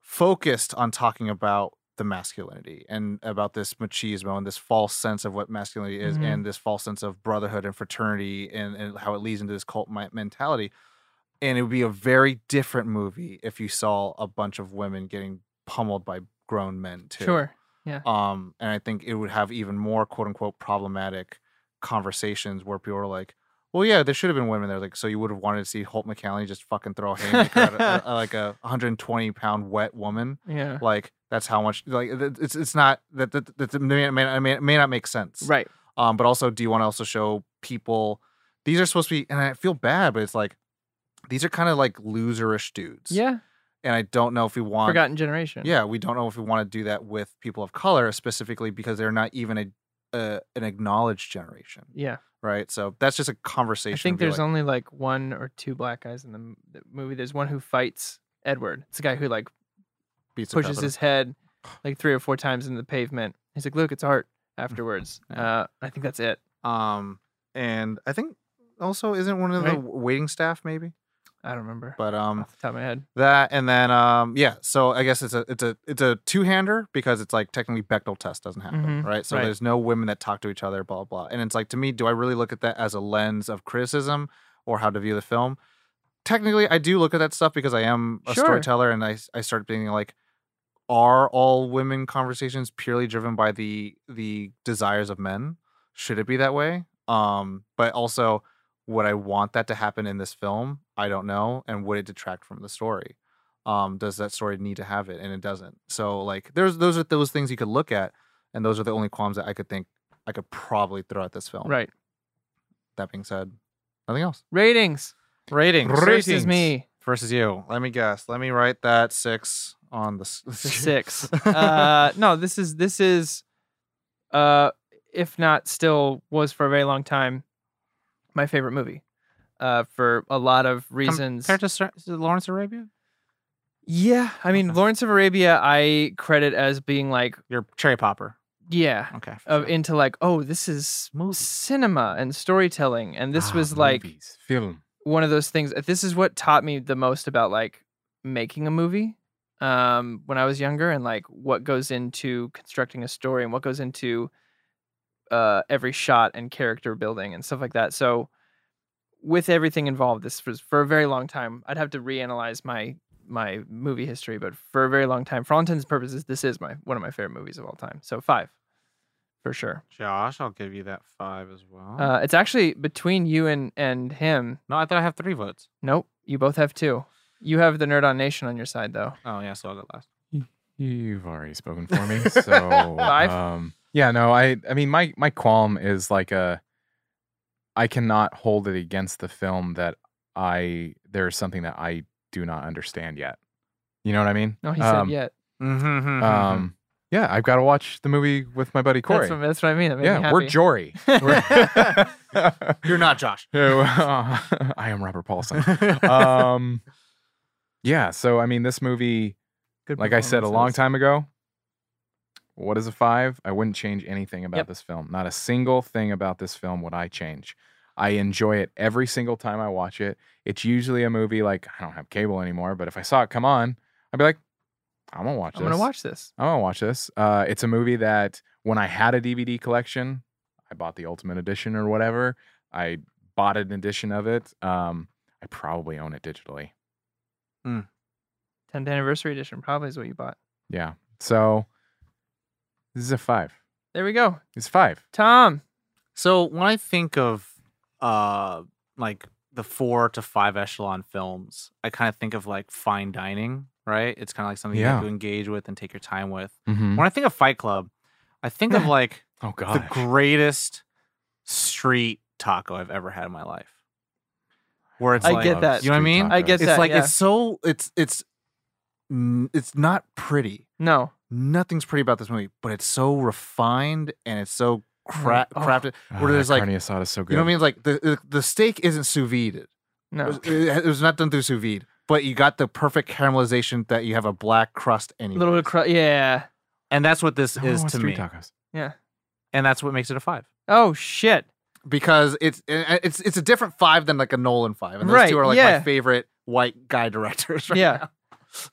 [SPEAKER 5] focused on talking about the masculinity and about this machismo and this false sense of what masculinity is
[SPEAKER 2] Mhm.
[SPEAKER 5] and this false sense of brotherhood and fraternity and, and how it leads into this cult mi- mentality and it would be a very different movie if you saw a bunch of women getting pummeled by grown men too
[SPEAKER 2] Sure.
[SPEAKER 5] um, and I think it would have even more quote unquote problematic conversations where people are like, well, yeah, there should have been women there. Like, so you would have wanted to see Holt McCallum just fucking throw a haymaker at a, a- like a 120 pound wet woman.
[SPEAKER 2] Yeah.
[SPEAKER 5] Like, that's how much, like, th- it's it's not that that, that, that may, may, may, may not make sense.
[SPEAKER 2] Right.
[SPEAKER 5] Um, but also, do you want to also show people these are supposed to be, and I feel bad, but it's like, these are kind of like loserish dudes.
[SPEAKER 2] Yeah.
[SPEAKER 5] And I don't know if we want
[SPEAKER 2] Forgotten generation.
[SPEAKER 5] yeah, we don't know if we want to do that with people of color specifically because they're not even a, a an acknowledged generation,
[SPEAKER 2] Yeah.
[SPEAKER 5] right? So that's just a conversation.
[SPEAKER 2] I
[SPEAKER 5] to
[SPEAKER 2] think
[SPEAKER 5] be
[SPEAKER 2] there's
[SPEAKER 5] like,
[SPEAKER 2] only like one or two black guys in the m- the movie. There's one who fights Edward. It's a guy who like
[SPEAKER 5] beats the crap out
[SPEAKER 2] pushes
[SPEAKER 5] of-
[SPEAKER 2] his head like three or four times into the pavement. He's like, "Look, it's art." Afterwards,
[SPEAKER 5] *laughs* Yeah.
[SPEAKER 2] uh, I think that's it.
[SPEAKER 5] um, and I think also isn't one of
[SPEAKER 2] Right.
[SPEAKER 5] the waiting staff maybe,
[SPEAKER 2] I don't remember
[SPEAKER 5] but um,
[SPEAKER 2] off the top of my head.
[SPEAKER 5] that and then um, yeah. So I guess it's a it's a it's a two hander because it's like technically Bechdel test doesn't happen,
[SPEAKER 2] Mhm,
[SPEAKER 5] right? So
[SPEAKER 2] right.
[SPEAKER 5] there's no women that talk to each other, blah blah. blah. And it's like to me, do I really look at that as a lens of criticism or how to view the film? technically I do look at that stuff because I am a
[SPEAKER 2] Sure.
[SPEAKER 5] storyteller and I s- I start being like are all women conversations purely driven by the the desires of men? Should it be that way? Um but also would I want that to happen in this film? I don't know and would it detract from the story? Um does that story need to have it and it doesn't. So like there's those are those things you could look at and those are the only qualms that I could think I oh. could probably throw at this film.
[SPEAKER 2] Right.
[SPEAKER 5] That being said, nothing else.
[SPEAKER 2] Ratings.
[SPEAKER 5] Ratings.
[SPEAKER 2] First
[SPEAKER 3] Ratings.
[SPEAKER 2] is
[SPEAKER 5] *laughs*
[SPEAKER 2] me.
[SPEAKER 5] First is you. Let me guess. Let me write that six on the s- *laughs*
[SPEAKER 2] Six. uh, no, this is this is, uh, if not still was for a very long time, my favorite movie, uh, for a lot of reasons.
[SPEAKER 5] Compared to Sir- is it Lawrence Arabia,
[SPEAKER 2] yeah, I mean Lawrence of Arabia, I credit as being like
[SPEAKER 5] your cherry popper.
[SPEAKER 2] yeah,
[SPEAKER 5] Okay. for
[SPEAKER 2] of
[SPEAKER 5] sure.
[SPEAKER 2] into like oh this is
[SPEAKER 5] Movie.
[SPEAKER 2] cinema and storytelling, and this was like
[SPEAKER 3] "Ah, movies, film.
[SPEAKER 2] one of those things uh, this is what taught me the most about like making a movie um when i was younger and like what goes into constructing a story and what goes into uh every shot and character building and stuff like that so with everything involved this was for a very long time i'd have to reanalyze my my movie history but for a very long time for all intents and purposes this is my one of my favorite movies of all time so five for sure
[SPEAKER 5] Josh, I'll give you that five as well.
[SPEAKER 2] uh it's actually between you and and him
[SPEAKER 5] no, I thought I have three votes.
[SPEAKER 2] Nope. You both have two. You have the Nerd on Nation on your side, though.
[SPEAKER 5] Oh yeah, so I'll go last.
[SPEAKER 3] You've already spoken for me, so
[SPEAKER 2] *laughs* Five?
[SPEAKER 3] Um, yeah, no, I, I mean, my my qualm is like a, I cannot hold it against the film that I there is something that I do not understand yet. You know what I mean?
[SPEAKER 2] No, he
[SPEAKER 3] Um,
[SPEAKER 2] said yet.
[SPEAKER 5] Mm-hmm.
[SPEAKER 3] Um, yeah, I've got to watch the movie with my buddy Corey.
[SPEAKER 2] That's what, that's what I mean. That made me
[SPEAKER 3] yeah, we're
[SPEAKER 2] happy. *laughs*
[SPEAKER 3] Jory. We're- *laughs*
[SPEAKER 5] You're not Josh.
[SPEAKER 3] Oh, *laughs* I am Robert Paulson. Um, yeah, so I mean, this movie,
[SPEAKER 5] *laughs* Good
[SPEAKER 3] like I said a long
[SPEAKER 5] performances.
[SPEAKER 3] time ago, what is a five? I wouldn't change anything about
[SPEAKER 2] Yep.
[SPEAKER 3] this film. Not a single thing about this film would I change. I enjoy it every single time I watch it. It's usually a movie like I don't have cable anymore, but if I saw it come on, I'd be like, I'm gonna watch
[SPEAKER 2] I'm
[SPEAKER 3] this.
[SPEAKER 2] gonna watch this.
[SPEAKER 3] I'm gonna watch this. Uh, it's a movie that when I had a DVD collection, I bought the Ultimate Edition or whatever. I bought an edition of it. Um, I probably own it digitally.
[SPEAKER 2] 10th anniversary edition probably is what you bought.
[SPEAKER 3] Yeah. So this is a five.
[SPEAKER 2] There we go.
[SPEAKER 3] It's five.
[SPEAKER 2] Tom.
[SPEAKER 5] So when I think of uh like the four to five echelon films, I kind of think of like fine dining, right? It's kind of like something you
[SPEAKER 3] Yeah.
[SPEAKER 5] have
[SPEAKER 3] Mm-hmm.
[SPEAKER 5] to engage with and take your time with. When I think of Fight Club, I think
[SPEAKER 3] *laughs*
[SPEAKER 5] of like
[SPEAKER 3] Oh
[SPEAKER 5] the greatest street taco I've ever had in my life. Where it's
[SPEAKER 2] I
[SPEAKER 5] like,
[SPEAKER 2] get that.
[SPEAKER 5] you know what I mean?
[SPEAKER 2] I get
[SPEAKER 5] it's
[SPEAKER 2] that,
[SPEAKER 5] like
[SPEAKER 2] yeah.
[SPEAKER 5] it's so it's it's n- it's not pretty.
[SPEAKER 2] No.
[SPEAKER 1] Nothing's pretty about this movie, but it's so refined and it's so cra-
[SPEAKER 2] Oh.
[SPEAKER 1] crafted. where there's, like-
[SPEAKER 3] Ah, carne asada is so good.
[SPEAKER 1] You know what I mean? It's Like the, the the steak isn't sous vide. It
[SPEAKER 2] No.
[SPEAKER 1] was, it was not done through sous vide, but you got the perfect caramelization that you have a black crust
[SPEAKER 2] A
[SPEAKER 1] anyway.
[SPEAKER 2] little bit of cru- Yeah.
[SPEAKER 5] And that's what this
[SPEAKER 3] No one
[SPEAKER 5] is
[SPEAKER 3] wants
[SPEAKER 5] to
[SPEAKER 3] street
[SPEAKER 5] me.
[SPEAKER 3] Oh, tacos.
[SPEAKER 2] Yeah.
[SPEAKER 5] And that's what makes it a five.
[SPEAKER 2] Oh shit.
[SPEAKER 1] because it's eh, it's it's a different five than like a Nolan five, and those
[SPEAKER 2] Right,
[SPEAKER 1] two are like
[SPEAKER 2] yeah.
[SPEAKER 1] my favorite white guy directors. *laughs* Right
[SPEAKER 2] Yeah.
[SPEAKER 1] now.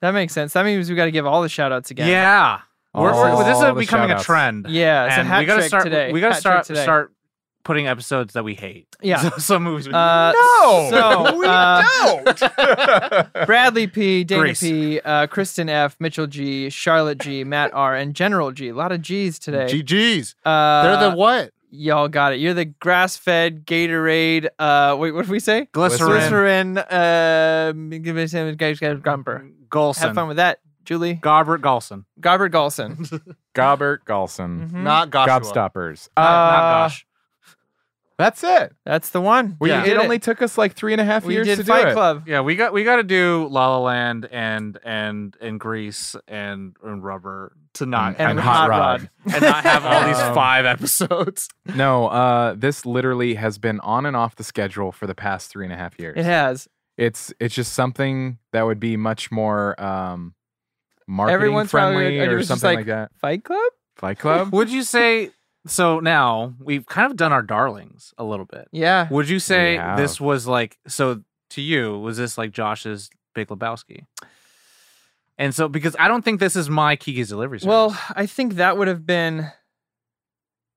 [SPEAKER 2] That makes sense. That means we got to give all the shout outs again.
[SPEAKER 5] Yeah. We're, we're- this is
[SPEAKER 3] All the
[SPEAKER 5] becoming a
[SPEAKER 3] shout-outs.
[SPEAKER 5] trend.
[SPEAKER 2] Yeah. It's a
[SPEAKER 5] and
[SPEAKER 2] Uh, hat
[SPEAKER 5] we gotta
[SPEAKER 2] trick
[SPEAKER 5] start.
[SPEAKER 2] today.
[SPEAKER 5] We gotta
[SPEAKER 2] Hat trick
[SPEAKER 5] start
[SPEAKER 2] today.
[SPEAKER 5] start putting episodes that we hate. *laughs*
[SPEAKER 2] Yeah.
[SPEAKER 5] So, some movies. We,
[SPEAKER 2] Uh,
[SPEAKER 3] *laughs* No,
[SPEAKER 2] *laughs* So,
[SPEAKER 3] we
[SPEAKER 2] uh,
[SPEAKER 3] don't.
[SPEAKER 2] Bradley P, Dana
[SPEAKER 5] Grease.
[SPEAKER 2] P, uh, Kristen F, Mitchell G, Charlotte G, Matt R, and General G. A lot of G's today.
[SPEAKER 1] GGs.
[SPEAKER 2] uh,
[SPEAKER 1] They're the what?
[SPEAKER 2] y'all got it. You're the grass-fed Gatorade. Uh, wait, what did we say?
[SPEAKER 5] glycerin.
[SPEAKER 2] Glycerin. Uh, give it to guys, guys, Gumper. Have fun
[SPEAKER 5] Golson.
[SPEAKER 2] with that, Julie.
[SPEAKER 5] Garbert Golson.
[SPEAKER 2] Garbert Galson.
[SPEAKER 3] Gobbert Galson.
[SPEAKER 2] Mhm.
[SPEAKER 1] Not Goshua.
[SPEAKER 3] Gobstoppers.
[SPEAKER 5] Not, not
[SPEAKER 3] Uh,
[SPEAKER 5] Gosh.
[SPEAKER 3] That's it.
[SPEAKER 2] That's the one.
[SPEAKER 3] We,
[SPEAKER 2] We did
[SPEAKER 3] It only took us like three and a half
[SPEAKER 2] we
[SPEAKER 3] years
[SPEAKER 2] did
[SPEAKER 3] to do
[SPEAKER 2] Fight
[SPEAKER 3] it.
[SPEAKER 2] Club.
[SPEAKER 5] Yeah, we got we got to do La La Land and and and Grease and and Rubber to not have-
[SPEAKER 3] And- Hot Rod.
[SPEAKER 5] and not have all these
[SPEAKER 3] *laughs* Um,
[SPEAKER 5] five episodes.
[SPEAKER 3] No, uh, this literally has been on and off the schedule for the past three and a half years.
[SPEAKER 2] It has.
[SPEAKER 3] It's it's just something that would be much more um, marketing
[SPEAKER 2] Everyone's probably-
[SPEAKER 3] friendly
[SPEAKER 2] it
[SPEAKER 3] or
[SPEAKER 2] was just
[SPEAKER 3] something like,
[SPEAKER 2] like-
[SPEAKER 3] that.
[SPEAKER 2] Fight Club.
[SPEAKER 3] Fight Club.
[SPEAKER 5] Would you say so? Now we've kind of done our darlings a little bit.
[SPEAKER 2] Yeah.
[SPEAKER 5] Would you say
[SPEAKER 3] have.
[SPEAKER 5] this was like so to you? Was this like Josh's Big Lebowski? And so, because I don't think this is my Kiki's delivery. Service.
[SPEAKER 2] Well, I think that would have been.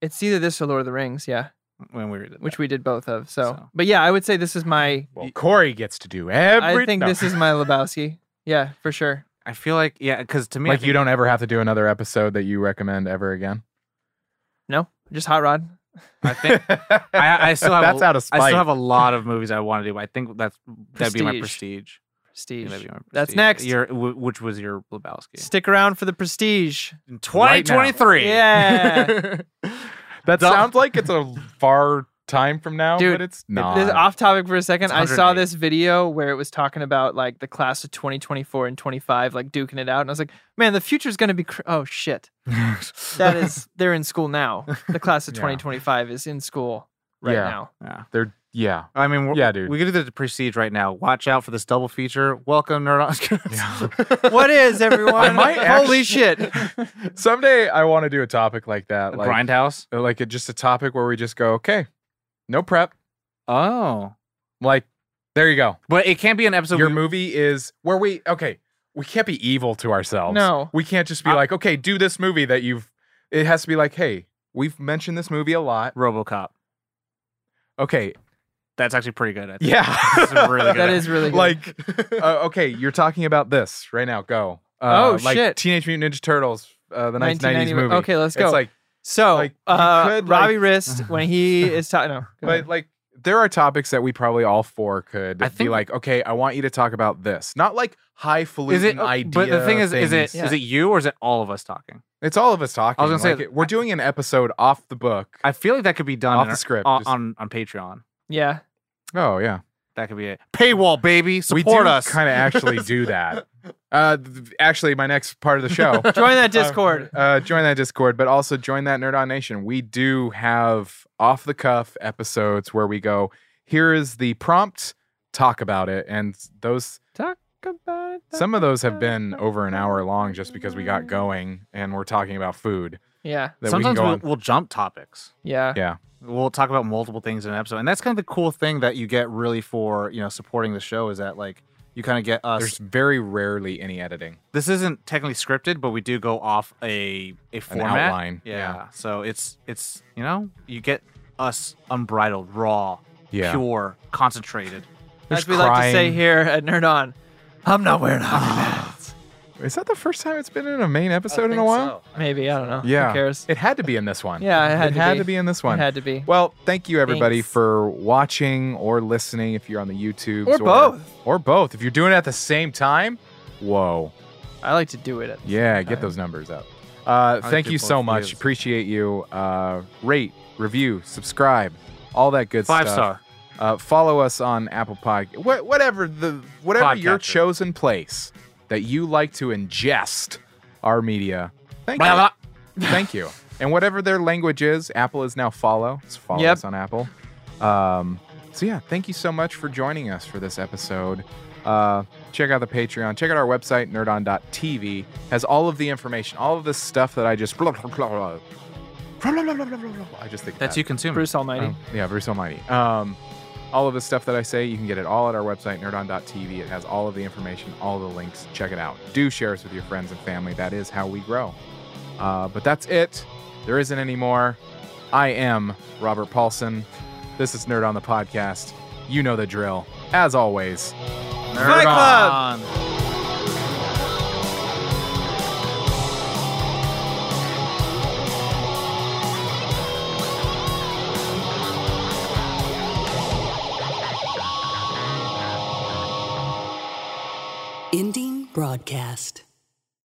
[SPEAKER 2] It's either this or Lord of the Rings. Yeah,
[SPEAKER 5] when we were
[SPEAKER 2] which we did both of. So,
[SPEAKER 5] So.
[SPEAKER 2] but yeah, I would say this is my.
[SPEAKER 3] well, Corey gets to do every.
[SPEAKER 2] I think
[SPEAKER 3] no.
[SPEAKER 2] this is my Lebowski. Yeah, for sure.
[SPEAKER 5] I feel like yeah, because to me, I
[SPEAKER 3] like you
[SPEAKER 5] think-
[SPEAKER 3] don't ever have to do another episode that you recommend ever again.
[SPEAKER 2] No, just Hot Rod.
[SPEAKER 5] I
[SPEAKER 3] *laughs*
[SPEAKER 5] think I- I still have a-
[SPEAKER 3] that's out of spite.
[SPEAKER 5] I still have a lot of movies I want to do. But I think that's that'd be my
[SPEAKER 2] Prestige.
[SPEAKER 5] prestige. Yeah,
[SPEAKER 2] Prestige.
[SPEAKER 5] that'd be my
[SPEAKER 2] That's
[SPEAKER 5] prestige.
[SPEAKER 2] next.
[SPEAKER 5] Your wh- which was your Lebowski?
[SPEAKER 2] Stick around for the prestige.
[SPEAKER 5] Twenty twenty three. *laughs*
[SPEAKER 2] Yeah.
[SPEAKER 3] *laughs* that
[SPEAKER 5] Dumb.
[SPEAKER 3] sounds like it's a far time from now,
[SPEAKER 2] Dude,
[SPEAKER 3] but it's
[SPEAKER 2] If
[SPEAKER 3] not.
[SPEAKER 2] This is off topic for a second.
[SPEAKER 5] It's
[SPEAKER 2] I saw
[SPEAKER 5] 108.
[SPEAKER 2] this video where it was talking about like the class of 2024 and 25, like duking it out. And I was like, man, the future's going to be. Cr- oh, shit. *laughs* That is, they're in school now. The class of
[SPEAKER 3] *laughs* Yeah.
[SPEAKER 2] 2025 is in school right
[SPEAKER 3] Yeah.
[SPEAKER 2] now.
[SPEAKER 5] yeah.
[SPEAKER 3] They're yeah.
[SPEAKER 5] I mean, we're,
[SPEAKER 3] Yeah, *laughs* dude.
[SPEAKER 5] We could do the prestige right now. Watch out for this double feature. Welcome, Nerd *laughs* Oscars.
[SPEAKER 2] What
[SPEAKER 3] *laughs*
[SPEAKER 2] is everyone?
[SPEAKER 3] might
[SPEAKER 2] Holy
[SPEAKER 3] actu- *laughs*
[SPEAKER 2] shit.
[SPEAKER 3] Someday I want to do a topic like that, like
[SPEAKER 5] Grindhouse.
[SPEAKER 3] like a, just a topic where we just go, okay, no prep,
[SPEAKER 5] Oh,
[SPEAKER 3] like there you go.
[SPEAKER 5] but it can't be an episode.
[SPEAKER 3] Your
[SPEAKER 5] we-
[SPEAKER 3] movie is where we okay. We can't be evil to ourselves.
[SPEAKER 2] No.
[SPEAKER 3] we can't just be
[SPEAKER 5] I-
[SPEAKER 3] like, okay, do this movie that you've. It has to be like, hey, we've mentioned this movie a lot.
[SPEAKER 5] RoboCop.
[SPEAKER 3] Okay, *laughs*
[SPEAKER 5] That's actually pretty good. I think.
[SPEAKER 3] yeah,
[SPEAKER 5] That's really good.
[SPEAKER 2] That is really good.
[SPEAKER 3] *laughs* like uh, okay you're talking about this right now go uh,
[SPEAKER 2] Oh,
[SPEAKER 3] like
[SPEAKER 2] shit.
[SPEAKER 3] teenage mutant ninja turtles uh, the 1990s
[SPEAKER 2] 1990
[SPEAKER 3] movie
[SPEAKER 2] Okay, let's go.
[SPEAKER 3] it's like
[SPEAKER 2] so,
[SPEAKER 3] like, you
[SPEAKER 2] uh,
[SPEAKER 3] could, like-
[SPEAKER 2] Robbie Wrist, when
[SPEAKER 3] *laughs*
[SPEAKER 2] he is talking. No, go ahead.
[SPEAKER 3] but like there are topics that we probably all four could
[SPEAKER 5] I
[SPEAKER 3] be
[SPEAKER 5] think-
[SPEAKER 3] like okay i want you to talk about this not like highfalutin
[SPEAKER 5] Is it? oh,
[SPEAKER 3] idea
[SPEAKER 5] But the thing is, is it is
[SPEAKER 3] things.
[SPEAKER 2] Yeah.
[SPEAKER 5] it you or is it all of us talking?
[SPEAKER 3] it's all of us talking
[SPEAKER 5] I was gonna
[SPEAKER 3] like,
[SPEAKER 5] say-
[SPEAKER 3] it- we're doing an episode off the book
[SPEAKER 5] I feel like that could be done
[SPEAKER 3] Off
[SPEAKER 5] in
[SPEAKER 3] the
[SPEAKER 5] our-
[SPEAKER 3] script,
[SPEAKER 5] on,
[SPEAKER 3] just-
[SPEAKER 5] on on Patreon.
[SPEAKER 2] yeah.
[SPEAKER 3] oh yeah
[SPEAKER 5] That could be it. Paywall, baby,
[SPEAKER 3] we
[SPEAKER 5] support
[SPEAKER 3] do
[SPEAKER 5] us.
[SPEAKER 3] kind
[SPEAKER 5] *laughs*
[SPEAKER 3] of actually do that uh th- actually my next part of the
[SPEAKER 5] *laughs*
[SPEAKER 3] show
[SPEAKER 2] Join that Discord.
[SPEAKER 3] uh, join that Discord, but also join that Nerd On Nation. We do have off the cuff episodes where we go, here is the prompt, talk about it. And those,
[SPEAKER 2] Talk about it.
[SPEAKER 3] some of those have been over an hour long just because we got going and we're talking about food.
[SPEAKER 2] Yeah.
[SPEAKER 3] That we can
[SPEAKER 5] Sometimes
[SPEAKER 3] go
[SPEAKER 5] we'll,
[SPEAKER 3] on.
[SPEAKER 5] we'll jump topics.
[SPEAKER 2] Yeah.
[SPEAKER 3] Yeah.
[SPEAKER 5] We'll talk about multiple things in an episode, and that's kind of the cool thing that you get really for you know supporting the show is that like you kind of get us.
[SPEAKER 3] There's very rarely any editing.
[SPEAKER 5] this isn't technically scripted, but we do go off a a format.
[SPEAKER 3] outline,
[SPEAKER 5] Yeah.
[SPEAKER 3] yeah.
[SPEAKER 5] So it's it's you know you get us unbridled, raw,
[SPEAKER 3] Yeah.
[SPEAKER 5] pure, concentrated.
[SPEAKER 3] There's
[SPEAKER 2] As we like to say
[SPEAKER 3] crying.
[SPEAKER 2] here at Nerd On, I'm not wearing a hockey
[SPEAKER 5] Ah,
[SPEAKER 3] Is that the first time it's been in a main
[SPEAKER 5] I
[SPEAKER 3] episode in a
[SPEAKER 5] think
[SPEAKER 3] while?
[SPEAKER 5] so.
[SPEAKER 2] mask. Maybe I don't know.
[SPEAKER 3] Yeah.
[SPEAKER 2] Who cares?
[SPEAKER 3] It had to be in this one.
[SPEAKER 2] Yeah, it had
[SPEAKER 3] it
[SPEAKER 2] to
[SPEAKER 3] had
[SPEAKER 2] be.
[SPEAKER 3] to be in this
[SPEAKER 2] It
[SPEAKER 3] one.
[SPEAKER 2] had to be.
[SPEAKER 3] Well, thank you everybody
[SPEAKER 2] Thanks.
[SPEAKER 3] for watching or listening if you're on the YouTube
[SPEAKER 2] Or both.
[SPEAKER 3] Or both. If you're doing it at the same time, whoa.
[SPEAKER 2] I like to do it. At
[SPEAKER 3] Yeah, get those numbers up. Uh,
[SPEAKER 5] like
[SPEAKER 3] thank
[SPEAKER 5] to
[SPEAKER 3] you
[SPEAKER 5] do
[SPEAKER 3] so
[SPEAKER 5] both
[SPEAKER 3] much.
[SPEAKER 5] views.
[SPEAKER 3] Appreciate you. Uh, rate, review, subscribe, all that good
[SPEAKER 5] Five
[SPEAKER 3] stuff.
[SPEAKER 5] star.
[SPEAKER 3] Uh, follow us on Apple Pod, wha- whatever the whatever your
[SPEAKER 5] Podcatcher.
[SPEAKER 3] chosen place that you like to ingest our media. Thank
[SPEAKER 5] Blah,
[SPEAKER 3] you.
[SPEAKER 5] blah.
[SPEAKER 3] Thank you. And whatever their language is, Apple is now follow. It's follow
[SPEAKER 2] Yep.
[SPEAKER 3] us on Apple. Um, so yeah, thank you so much for joining us for this episode. Uh, check out the Patreon. Check out our website, nerdon.tv. Has all of the information, all of this stuff that I just. Blah, blah, blah, blah, blah, blah, blah, blah, blah, blah. I just think of
[SPEAKER 5] That's
[SPEAKER 3] that.
[SPEAKER 5] you consume.
[SPEAKER 2] Bruce Almighty.
[SPEAKER 3] Um, yeah, Bruce Almighty. Um, all of the stuff that I say, you can get it all at our website, nerdon.tv. It has all of the information, all the links. Check it out. Do share us with your friends and family. That is how we grow. Uh, but that's it. There isn't any more. I am Robert Paulson. This is Nerd on the Podcast. You know the drill. As always,
[SPEAKER 5] Nerd
[SPEAKER 2] Club.
[SPEAKER 5] on.
[SPEAKER 4] Ending broadcast.